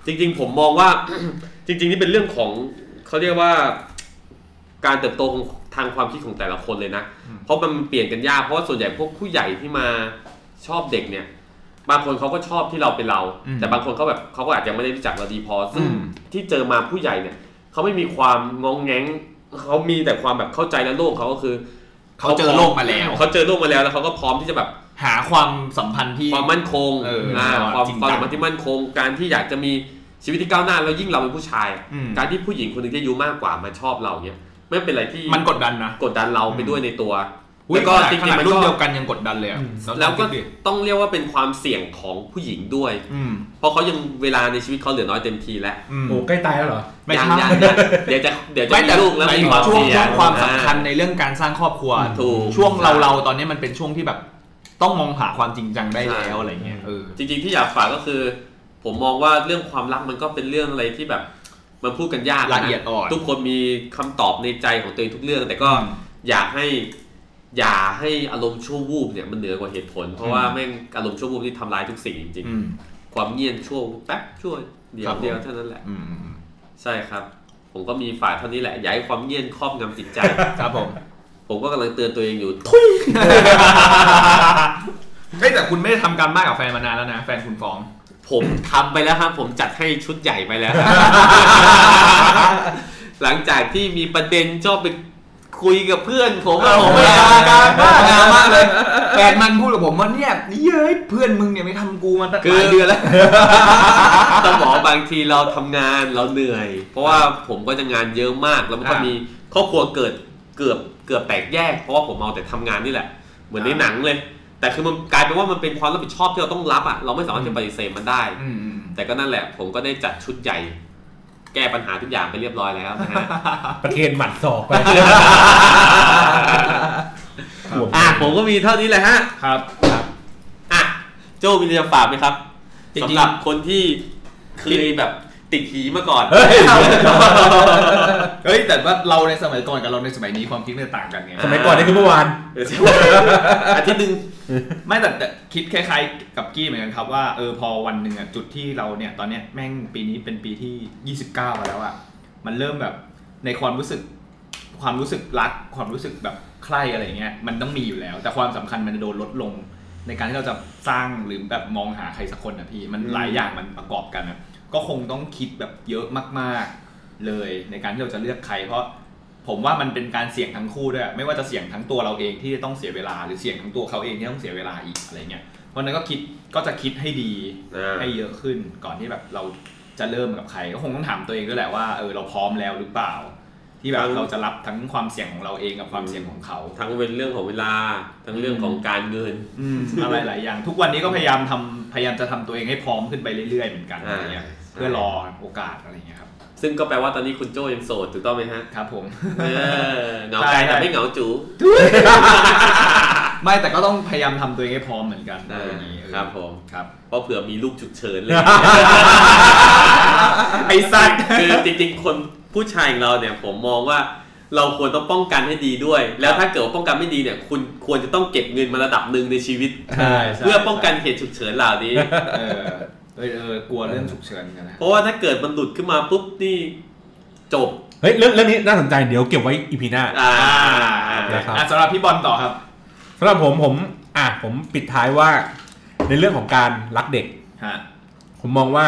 Speaker 3: จริงๆ ผมมองว่า จริง ๆ นี่เป็นเรื่องของเขาเรียกว่า การเติบโตของทางความคิดของแต่ละคนเลยนะ
Speaker 1: อืม
Speaker 3: เพราะมันเปลี่ยนกันยากเพราะว่าส่วนใหญ่พวกผู้ใหญ่ที่มาชอบเด็กเนี่ย บางคนเขาก็ชอบที่เราเป็นเรา
Speaker 1: อืม
Speaker 3: แต่บางคนเขาแบบเขาก็อาจจะไม่ได้รู้จักเราดีพอ ซึ่ง
Speaker 1: อืม
Speaker 3: ที่เจอมาผู้ใหญ่เนี่ยเขาไม่มีความงองแงงเขามีแต่ความแบบเข้าใจและโลกเขาก็คือ
Speaker 1: เขาเจอโลกมาแล้ว
Speaker 3: เขาเจอโลกมาแล้วแล้วเขาก็พร้อมที่จะแบบ
Speaker 1: หาความสัมพันธ์ที่
Speaker 3: ความมั่นคง
Speaker 1: เออ
Speaker 3: อ่าความ
Speaker 1: จริง
Speaker 3: ค
Speaker 1: จั
Speaker 3: วาม
Speaker 1: ง
Speaker 3: สัมพันธ์ที่มั่นคง การที่อยากจะมีชีวิตที่ก้าวหน้าแล้วยิ่งเราเป็นผู้ชาย
Speaker 1: อืม
Speaker 3: การที่ผู้หญิงคนหนึ่งที่อายุมากกว่ามาชอบเราเนี่ยไม่เป็นอะไรที่
Speaker 1: มันกดดันนะ
Speaker 3: กดดันเราไป
Speaker 1: อืม
Speaker 3: ด้วยในตัว
Speaker 1: อุ๊ย
Speaker 3: แล้วก็
Speaker 1: ขนาด
Speaker 3: จ
Speaker 1: ข
Speaker 3: ริง
Speaker 1: นา
Speaker 3: ๆ
Speaker 1: ด
Speaker 3: มัน
Speaker 1: รุ่น
Speaker 3: ก็
Speaker 1: เดียวกันยังกดดันเลยอะ
Speaker 4: อืม
Speaker 1: อง
Speaker 3: แล้วก็
Speaker 1: คิดดิ
Speaker 3: ต้องเรียกว่าเป็นความเสี่ยงของผู้หญิงด้วย
Speaker 1: อืม
Speaker 3: เพราะเขายังเวลาในชีวิตเขาเหลือน้อยเต็มทีแล้ว
Speaker 1: อื
Speaker 4: ๆ
Speaker 1: ม
Speaker 4: โอ้ใกล้ตายแล้วเหรอ
Speaker 1: ไม่
Speaker 3: ยังยัง
Speaker 1: ใช่
Speaker 3: ยังเดี๋ยวจะเดี๋ยวจะ
Speaker 1: ไม่
Speaker 3: มี
Speaker 1: แต่
Speaker 3: ลูกแล้ว
Speaker 1: หมาย
Speaker 3: มี
Speaker 1: ถึง
Speaker 3: ความ
Speaker 1: ช่วง
Speaker 3: เสี่ย
Speaker 1: ช่ว
Speaker 3: ง
Speaker 1: งความสำคัญ
Speaker 3: อ่า
Speaker 1: ในเรื่องการสร้างครอบครัว
Speaker 3: ถูก
Speaker 1: ช่วงเรา
Speaker 3: ใช่
Speaker 1: เราตอนนี้มันเป็นช่วงที่แบบต้องมองหาความจริงจังได้แล้วอะไรเงี้ยเออ
Speaker 3: จริงๆที่อยากฝากก็คือ ผมมองว่าเรื่องความรักมันก็เป็นเรื่องอะไรที่แบบมันพูดกันยากน
Speaker 1: ละเอียดอ่อน
Speaker 3: ทุกคนมีคำตอบในใจของตัวเองทุกเรื่อง แต่ก็
Speaker 1: อืม
Speaker 3: อยากให้อย่าให้อารมณ์ชั่ววูบเนี่ยมันเหนือกว่าเหตุผล เพราะว่า
Speaker 1: อืม
Speaker 3: แม่งอารมณ์ชั่ววูบที่ทำลายทุกสิ่งจริง
Speaker 1: อืม
Speaker 3: ๆ ความเงียบชั่วแป๊บชั่วเดีย
Speaker 1: ครั
Speaker 3: ว
Speaker 1: บผม
Speaker 3: เดียวเท่านั้นแหละ
Speaker 1: อืมอืม
Speaker 3: ใช่ครับ ผมก็มีฝ่ายเท่านี้แหละอย่าให้ความเงียบครอบงำจิตใจ
Speaker 1: ครับผม
Speaker 3: ผมก็กำลังเตือนตัวเองอยู่
Speaker 1: เฮ้ยแต่คุณไม่ได้ทำการบ้านกับแฟนมานานแล้วนะ แฟนคุณฟ้อง
Speaker 3: ผมทำไปแล้วครับ ผมจัดให้ชุดใหญ่ไปแล้ว หลังจากที่มีประเด็นชอบไปคุยกับเพื่อนผมอะผมไม่เอา
Speaker 1: การบ้านงานมากเลยแฟนมันพูดกับผมว่าเนี่ยเย้ยเพื่อนมึงเนี่ยไม่ทำกูมาตั้ง
Speaker 3: คื
Speaker 1: ห
Speaker 3: อ
Speaker 1: ลายเดือนแล้ว
Speaker 3: สมองบางทีเราทำงานเราเหนื่อย เพราะว่าผมก็จะงานเยอะมากแล้วมันก็
Speaker 1: อ่ามี
Speaker 3: มีครอบครัวเกิดเกือบเกือบแตกแยก เพราะว่าผมเอาแต่ทำงานนี่แหละ เหมือนใน
Speaker 1: อ่า
Speaker 3: หนังเลย แต่คือมันกลายเป็นว่ามันเป็นความรับผิดชอบที่เราต้องรับอ่ะเราไม่สามารถจะปฏิเสธมันได้
Speaker 1: อืมอืม
Speaker 3: แต่ก็นั่นแหละ ผมก็ได้จัดชุดใหญ่ แก้ปัญหาทุกอย่างไปเรียบร้อยแล้วนะฮะ
Speaker 4: ประเคนหมัดศ อกไป
Speaker 3: อ่ะผมก็มีเท่านี้แหละฮะ
Speaker 1: ครับ
Speaker 3: อ่ะ โจมีอะไรจะฝากไหมครับ
Speaker 1: จริง
Speaker 3: สำ
Speaker 1: ๆ
Speaker 3: หรับคนที่เคยแบบติดหีมาก่อน
Speaker 4: เฮ้ย
Speaker 1: เฮ้ยแต่ว่าเราในสมัยก่อนกับเราในสมัยนี้ความคิดมันจะต่างกันไง
Speaker 4: สมัยก่อนนี่คือเมื่อวาน
Speaker 3: เออ
Speaker 1: อาทิตย์หนึ่งไม่แต่แต่คิดคล้ายๆ กับกี้เหมือนกันครับว่าเออพอวันหนึ่งอะจุดที่เราเนี่ยตอนเนี้ยแม่งปีนี้เป็นปีที่ 29มาแล้วอะมันเริ่มแบบในความรู้สึก ความรู้สึกรัก ความรู้สึกแบบใคร่อะไรเงี้ยมันต้องมีอยู่แล้ว แต่ความสำคัญมันจะโดนลดลง ในการที่เราจะสร้างหรือแบบมองหาใครสักคนนะพี่มันหลายอย่างมันประกอบกันนะก็คงต้องคิดแบบเยอะมาก ๆ เลยในการที่เราจะเลือกใคร เพราะผมว่ามันเป็นการเสี่ยงทั้งคู่ด้วยไม่ว่าจะเสี่ยงทั้งตัวเราเองที่จะต้องเสียเวลาหรือเสี่ยงทั้งตัวเขาเองที่ต้องเสียเวลาอีกอะไรเงี้ยวันนั้นก็คิดก็จะคิดให้ดี
Speaker 3: อ่า
Speaker 1: ให้เยอะขึ้นก่อนที่แบบเราจะเริ่มกับใคร ก็คงต้องถามตัวเองด้วยแหละว่าเออเราพร้อมแล้วหรือเปล่า ที่แบบเราจะรับทั้งความเสี่ยงของเราเองกับความเสี่ยงของเขา
Speaker 3: ทั้งเป็นเรื่องของเวลา ทั้งเรื่องของการเงิน
Speaker 1: อืมอะไรหลายอย่าง ทุกวันนี้ก็พยายามทำพยายามจะทำตัวเองให้พร้อมขึ้นไปเรื่อยๆเหมือนกัน
Speaker 3: อ่า
Speaker 1: อะไรเงี้ยเพื่อรอโอกาสอะไรเงี้ยครับ
Speaker 3: ซึ่งก็แปลว่าตอนนี้คุณโจยังโสดถูกต้องไหมฮะ
Speaker 1: ครับผม
Speaker 3: เออเหงาใจแต่ไม่เหงาจู
Speaker 1: ไม่แต่ก็ต้องพยายามทำตัวเองให้พร้อมเหมือนกัน
Speaker 3: อ่า
Speaker 1: อะไรอย่างงี้เออ
Speaker 3: ครับผม
Speaker 1: ครับ
Speaker 3: เพราะเผื่อมีลูกฉุกเฉินเลย
Speaker 1: ไอ้สัตว์
Speaker 3: คือจริงๆ คนผู้ชายของเราเนี่ยผมมองว่าเราควรต้องป้องกันให้ดีด้วย แล้วถ้าเกิดว่าป้องกันไม่ดีเนี่ย คุณควรจะต้องเก็บเงินมาระดับหนึ่งในชีวิต
Speaker 4: ใช่
Speaker 3: เพื่อป้องกันเหตุฉุกเฉินเหล่านี้
Speaker 1: เออเออเออกลัวเรื่องฉุกเฉินกันนะ
Speaker 3: เพราะว่าถ้าเกิดมันหลุดขึ้นมาปุ๊บนี่จบ
Speaker 4: เฮ้ยเรื่องเรื่องนี้น่าสนใจเดี๋ยวเก็บไว้อีพีหน้า
Speaker 3: อ่า
Speaker 4: ครับ
Speaker 1: อ่ะสำหรับพี่บอลต่อครับ
Speaker 4: สำหรับผมผมอ่ะผมปิดท้ายว่า ในเรื่องของการรักเด็ก
Speaker 1: ฮะ
Speaker 4: ผมมองว่า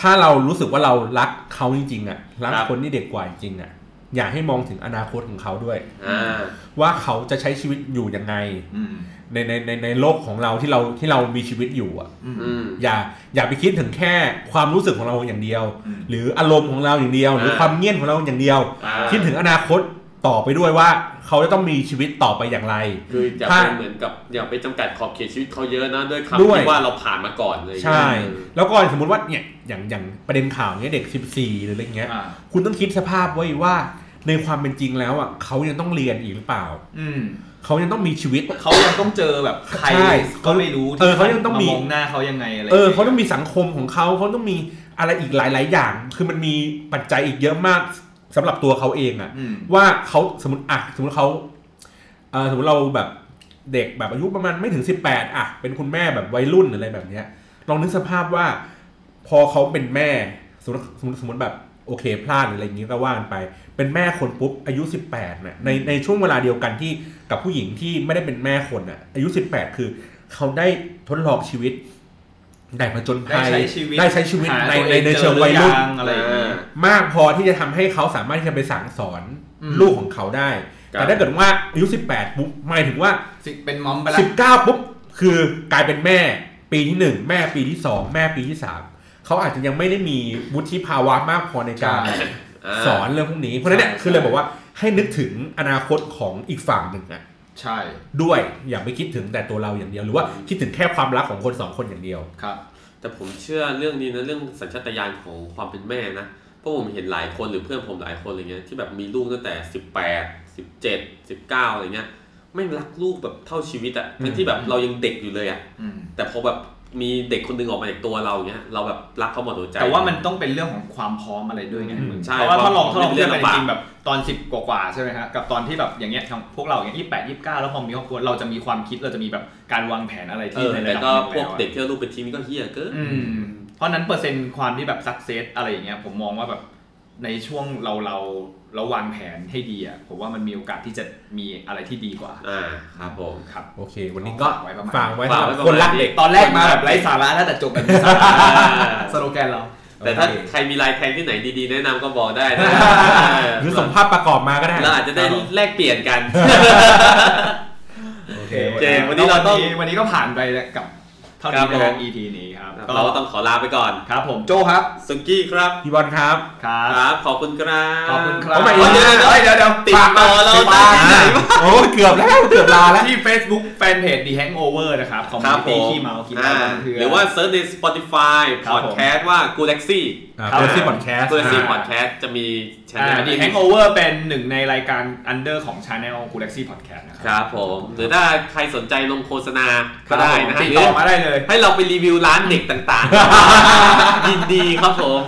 Speaker 4: ถ้าเรารู้สึกว่าเรารักเขาจริงๆอ่ะรักคนที่เด็กกว่าจริงๆอ่ะอยากให้มองถึงอนาคตของเขาด้วย
Speaker 3: อ่า
Speaker 4: ว่าเขาจะใช้ชีวิตอยู่ยังไง
Speaker 1: อืม
Speaker 4: ในในในในโลกของเราที่เราที่เรามีชีวิตอยู่อ่ะ
Speaker 1: อืม
Speaker 3: อืม
Speaker 4: อย่าอย่าไปคิดถึงแค่ความรู้สึกของเราอย่างเดียว
Speaker 1: อืม
Speaker 4: หรืออารมณ์ของเราอย่างเดียว หรือ
Speaker 3: อ่า
Speaker 4: ความเงียบของเราอย่างเดียว
Speaker 3: อ่า
Speaker 4: คิดถึงอนาคตต่อไปด้วยว่าเขาจะต้องมีชีวิตต่อไปอย่างไร
Speaker 3: คือจะ
Speaker 4: ถ้า
Speaker 3: เป็นเหมือนกับอย่าไปจำกัดขอบเขตชีวิตเขาเยอะนะด้วยคำที่ว่าเราผ่านมาก่อนเลย
Speaker 4: ใช่ แล้วก็สมมุติว่าเนี่ยอย่างอย่างประเด็นข่าวเนี้ยเด็ก 14 หรืออะไรเงี้ย
Speaker 1: อ่า
Speaker 4: คุณต้องคิดสภาพไว้ว่าในความเป็นจริงแล้วอ่ะเขายังต้องเรียนอีกหรือเปล่า
Speaker 1: อืม
Speaker 4: เขายังต้องมีชีวิต
Speaker 1: เขายังต้องเจอแบบใคร
Speaker 4: ใช่
Speaker 1: ก็ไม่รู้
Speaker 4: เออเขายังต้องมี
Speaker 1: มองหน้าเขายังไงอะไร
Speaker 4: เออเขาต้องมีสังคมของเขาเขาต้องมีอะไรอีกหลาย ๆ อย่าง คือมันมีปัจจัยอีกเยอะมากสำหรับตัวเขาเองอ่ะ
Speaker 1: อืม
Speaker 4: ว่าเขาสมมติอ่ะสมมติเขาเออสมมติเราแบบเด็กแบบอายุประมาณไม่ถึงสิบแปดอ่ะเป็นคุณแม่แบบวัยรุ่นหรืออะไรแบบเนี้ย ลองนึกสภาพว่า พอเขาเป็นแม่สมมติสมมติสมมติแบบโอเคพลาดหรืออะไรอย่างงี้ก็ว่ากันไป เป็นแม่คนปุ๊บอายุสิบแปดเนี่ยในในช่วงเวลาเดียวกันที่กับผู้หญิงที่ไม่ได้เป็นแม่คนอ่ะ อายุสิบแปดคือ เขาได้ทดลองชีวิตได้ผจญภัย
Speaker 1: ได้ใช้ชีวิต
Speaker 4: ได้ใช้ชีวิต
Speaker 1: หา
Speaker 4: ใน
Speaker 1: ตัว
Speaker 4: ใน
Speaker 1: อง
Speaker 4: ใน
Speaker 1: จอ
Speaker 4: เชิงวัย
Speaker 1: หอ
Speaker 4: รุ่น
Speaker 1: งอะไรอย่างนี้
Speaker 4: มากพอที่จะทำให้เขาสามารถที่จะไปสั่งสอน
Speaker 1: อืม
Speaker 4: ลูกของเขาได้
Speaker 3: ครับ
Speaker 4: แต่ถ้าเกิดว่าอายุ18ปุ๊บหมายถึงว่า
Speaker 1: สิเป็นมอมไปละ
Speaker 4: 19ปุ๊บคือกลายเป็นแม่ปีที่หนึ่งแม่ปีที่สองแม่ปีที่สามเขาอาจจะยังไม่ได้มีวุฒิภาวะมากพอในการ
Speaker 3: อ่า
Speaker 4: สอนเรื่องพวกนี้ เพราะฉะนั้นเนี่ยคือเลยบอกว่าให้นึกถึงอนาคตของอีกฝั่งหนึ่งอะ
Speaker 1: ใช่
Speaker 4: ด้วยอย่าไปคิดถึงแต่ตัวเราอย่างเดียว หรือว่าคิดถึงแค่ความรักของคนสองคนอย่างเดียว
Speaker 1: ครับ
Speaker 3: แต่ผมเชื่อเรื่องนี้นะเรื่องสัญชาตญาณของความเป็นแม่นะเพราะผมเห็นหลายคนหรือเพื่อนผมหลายคนอะไรเงี้ยที่แบบมีลูกตั้งแต่สิบแปดสิบเจ็ดสิบเก้าอะไรเงี้ยไม่งรักลูกแบบเท่าชีวิตอะ
Speaker 4: อืม
Speaker 3: ทั้งที่แบบเรายังเด็กอยู่เลยอะ
Speaker 1: อืม
Speaker 3: แต่พอแบบมีเด็กคนหนึงออกมาจากตัวเราเงี้ยเราแบบรักเขาหมดหัวใจ
Speaker 1: แต่ว่ามันต้องเป็นเรื่องของความพร้อมอะไรด้วยไง
Speaker 4: อืม
Speaker 3: ใช่
Speaker 1: เพราะว่าถ้าลองถ้าลอง
Speaker 3: มันเป็นเรื่อบ งลำ
Speaker 1: เทียกัน
Speaker 3: บาก
Speaker 1: จริงๆแบบตอนสิบกว่าๆใช่ไหมฮะกับตอนที่แบบอย่างเงี้ยทางพวกเราอย่างยี่แปดยี่เก้าแล้วพอมีครอบครัวเราจะมีความคิดเราจะมีแบบการวางแผนอะไร
Speaker 3: เอ
Speaker 1: ที่
Speaker 3: อ
Speaker 1: ในระ
Speaker 3: แต่
Speaker 1: ดับ
Speaker 3: ก็
Speaker 1: หนึ่ง
Speaker 3: พวก
Speaker 1: อะ
Speaker 3: เด็กที่เอาลูกไปทิ้งก็เฮี้ยเกิน
Speaker 1: อืมเพราะฉะนั้นเปอร์เซ็นต์ความที่แบบสักเซสอะไรอย่างเงี้ยผมมองว่าแบบในช่วงเราเราเราวางแผนให้ดีอ่ะผมว่ามันมีโอกาสที่จะมีอะไรที่ดีกว่า
Speaker 3: อ่าครับผม
Speaker 1: ครับ
Speaker 4: โอเค วันนี้ก็
Speaker 1: ฝากไว้ประมาณ
Speaker 4: ฝากไว้
Speaker 3: ฝาก
Speaker 4: สำห
Speaker 3: ไว้ประมาณ
Speaker 4: รับคนรักเด็ก
Speaker 1: ตอนแรกมาแบบไร้สาระนะแต่จบแบบมีสาระสโลแกนเรา
Speaker 3: แต่ถ้า
Speaker 4: โอเค
Speaker 3: ใครมีลายแทงที่ไหนดีๆ แนะนำก็บอกได้ นะ
Speaker 4: หรือส่งภาพประกอบมาก็ได้
Speaker 3: เราอาจจะได้แลกเปลี่ยนกัน
Speaker 1: โอเค
Speaker 3: โอเควันนี้เราต้อง
Speaker 1: วันนี้ก็ผ่านไปแล้วกับเท่านี้นะ
Speaker 3: ครั
Speaker 1: ฮะ
Speaker 3: บผม
Speaker 1: EP นี้ครับก็
Speaker 3: เราก็ต้องขอลาไปก่อน
Speaker 1: ครับผมโจครับ
Speaker 3: สุกี้ครับ
Speaker 4: พี่บอลครับ
Speaker 1: ครับ
Speaker 3: ครับขอบคุณครับ
Speaker 1: ขอบคุณครับ
Speaker 4: เอาใหม่อีก
Speaker 1: โอ้ยเดี๋ยวเดี๋ยวเดี๋ยวเดี๋ยว
Speaker 3: ติดต่อเรา
Speaker 1: ติด
Speaker 3: ได้
Speaker 1: ต่อที่ไหนวะ
Speaker 4: โอ้ยเกือบแล้วเกือบลาแล้ว
Speaker 1: ที่ Facebook Fanpage The Hangover นะครับคอม
Speaker 3: ค
Speaker 1: มู
Speaker 3: รับผ
Speaker 1: นิตี้
Speaker 3: ม
Speaker 1: ขี้เมากินเห
Speaker 3: อ่า
Speaker 1: ล้ากันเพื่อน
Speaker 3: หรือว่าเซิร์ชใน Spotify
Speaker 1: ครับผม
Speaker 3: Podcast ว่า g ู l ล็กซี่
Speaker 4: อ่าเพื่อนที่พอดแคสต์
Speaker 3: กูเล็กซี่
Speaker 1: อ่า
Speaker 3: พอดแคสต์จะมี ช
Speaker 1: อ่า
Speaker 3: แนล
Speaker 1: The Hangover เป็นหนึ่งในรายการอันเดอร์ของ Channel Galaxy Podcast นะค
Speaker 3: ครับ รับผมหรือถ้าใครสนใจลงโฆษณาก็ได้นะ
Speaker 1: ติ
Speaker 3: ฮะ
Speaker 1: ด
Speaker 3: หรื
Speaker 1: ต่อ
Speaker 3: อ
Speaker 1: มาได้เลย
Speaker 3: ให้เราไปรีวิวร้านเด็กต่างๆ ยินดีครับผม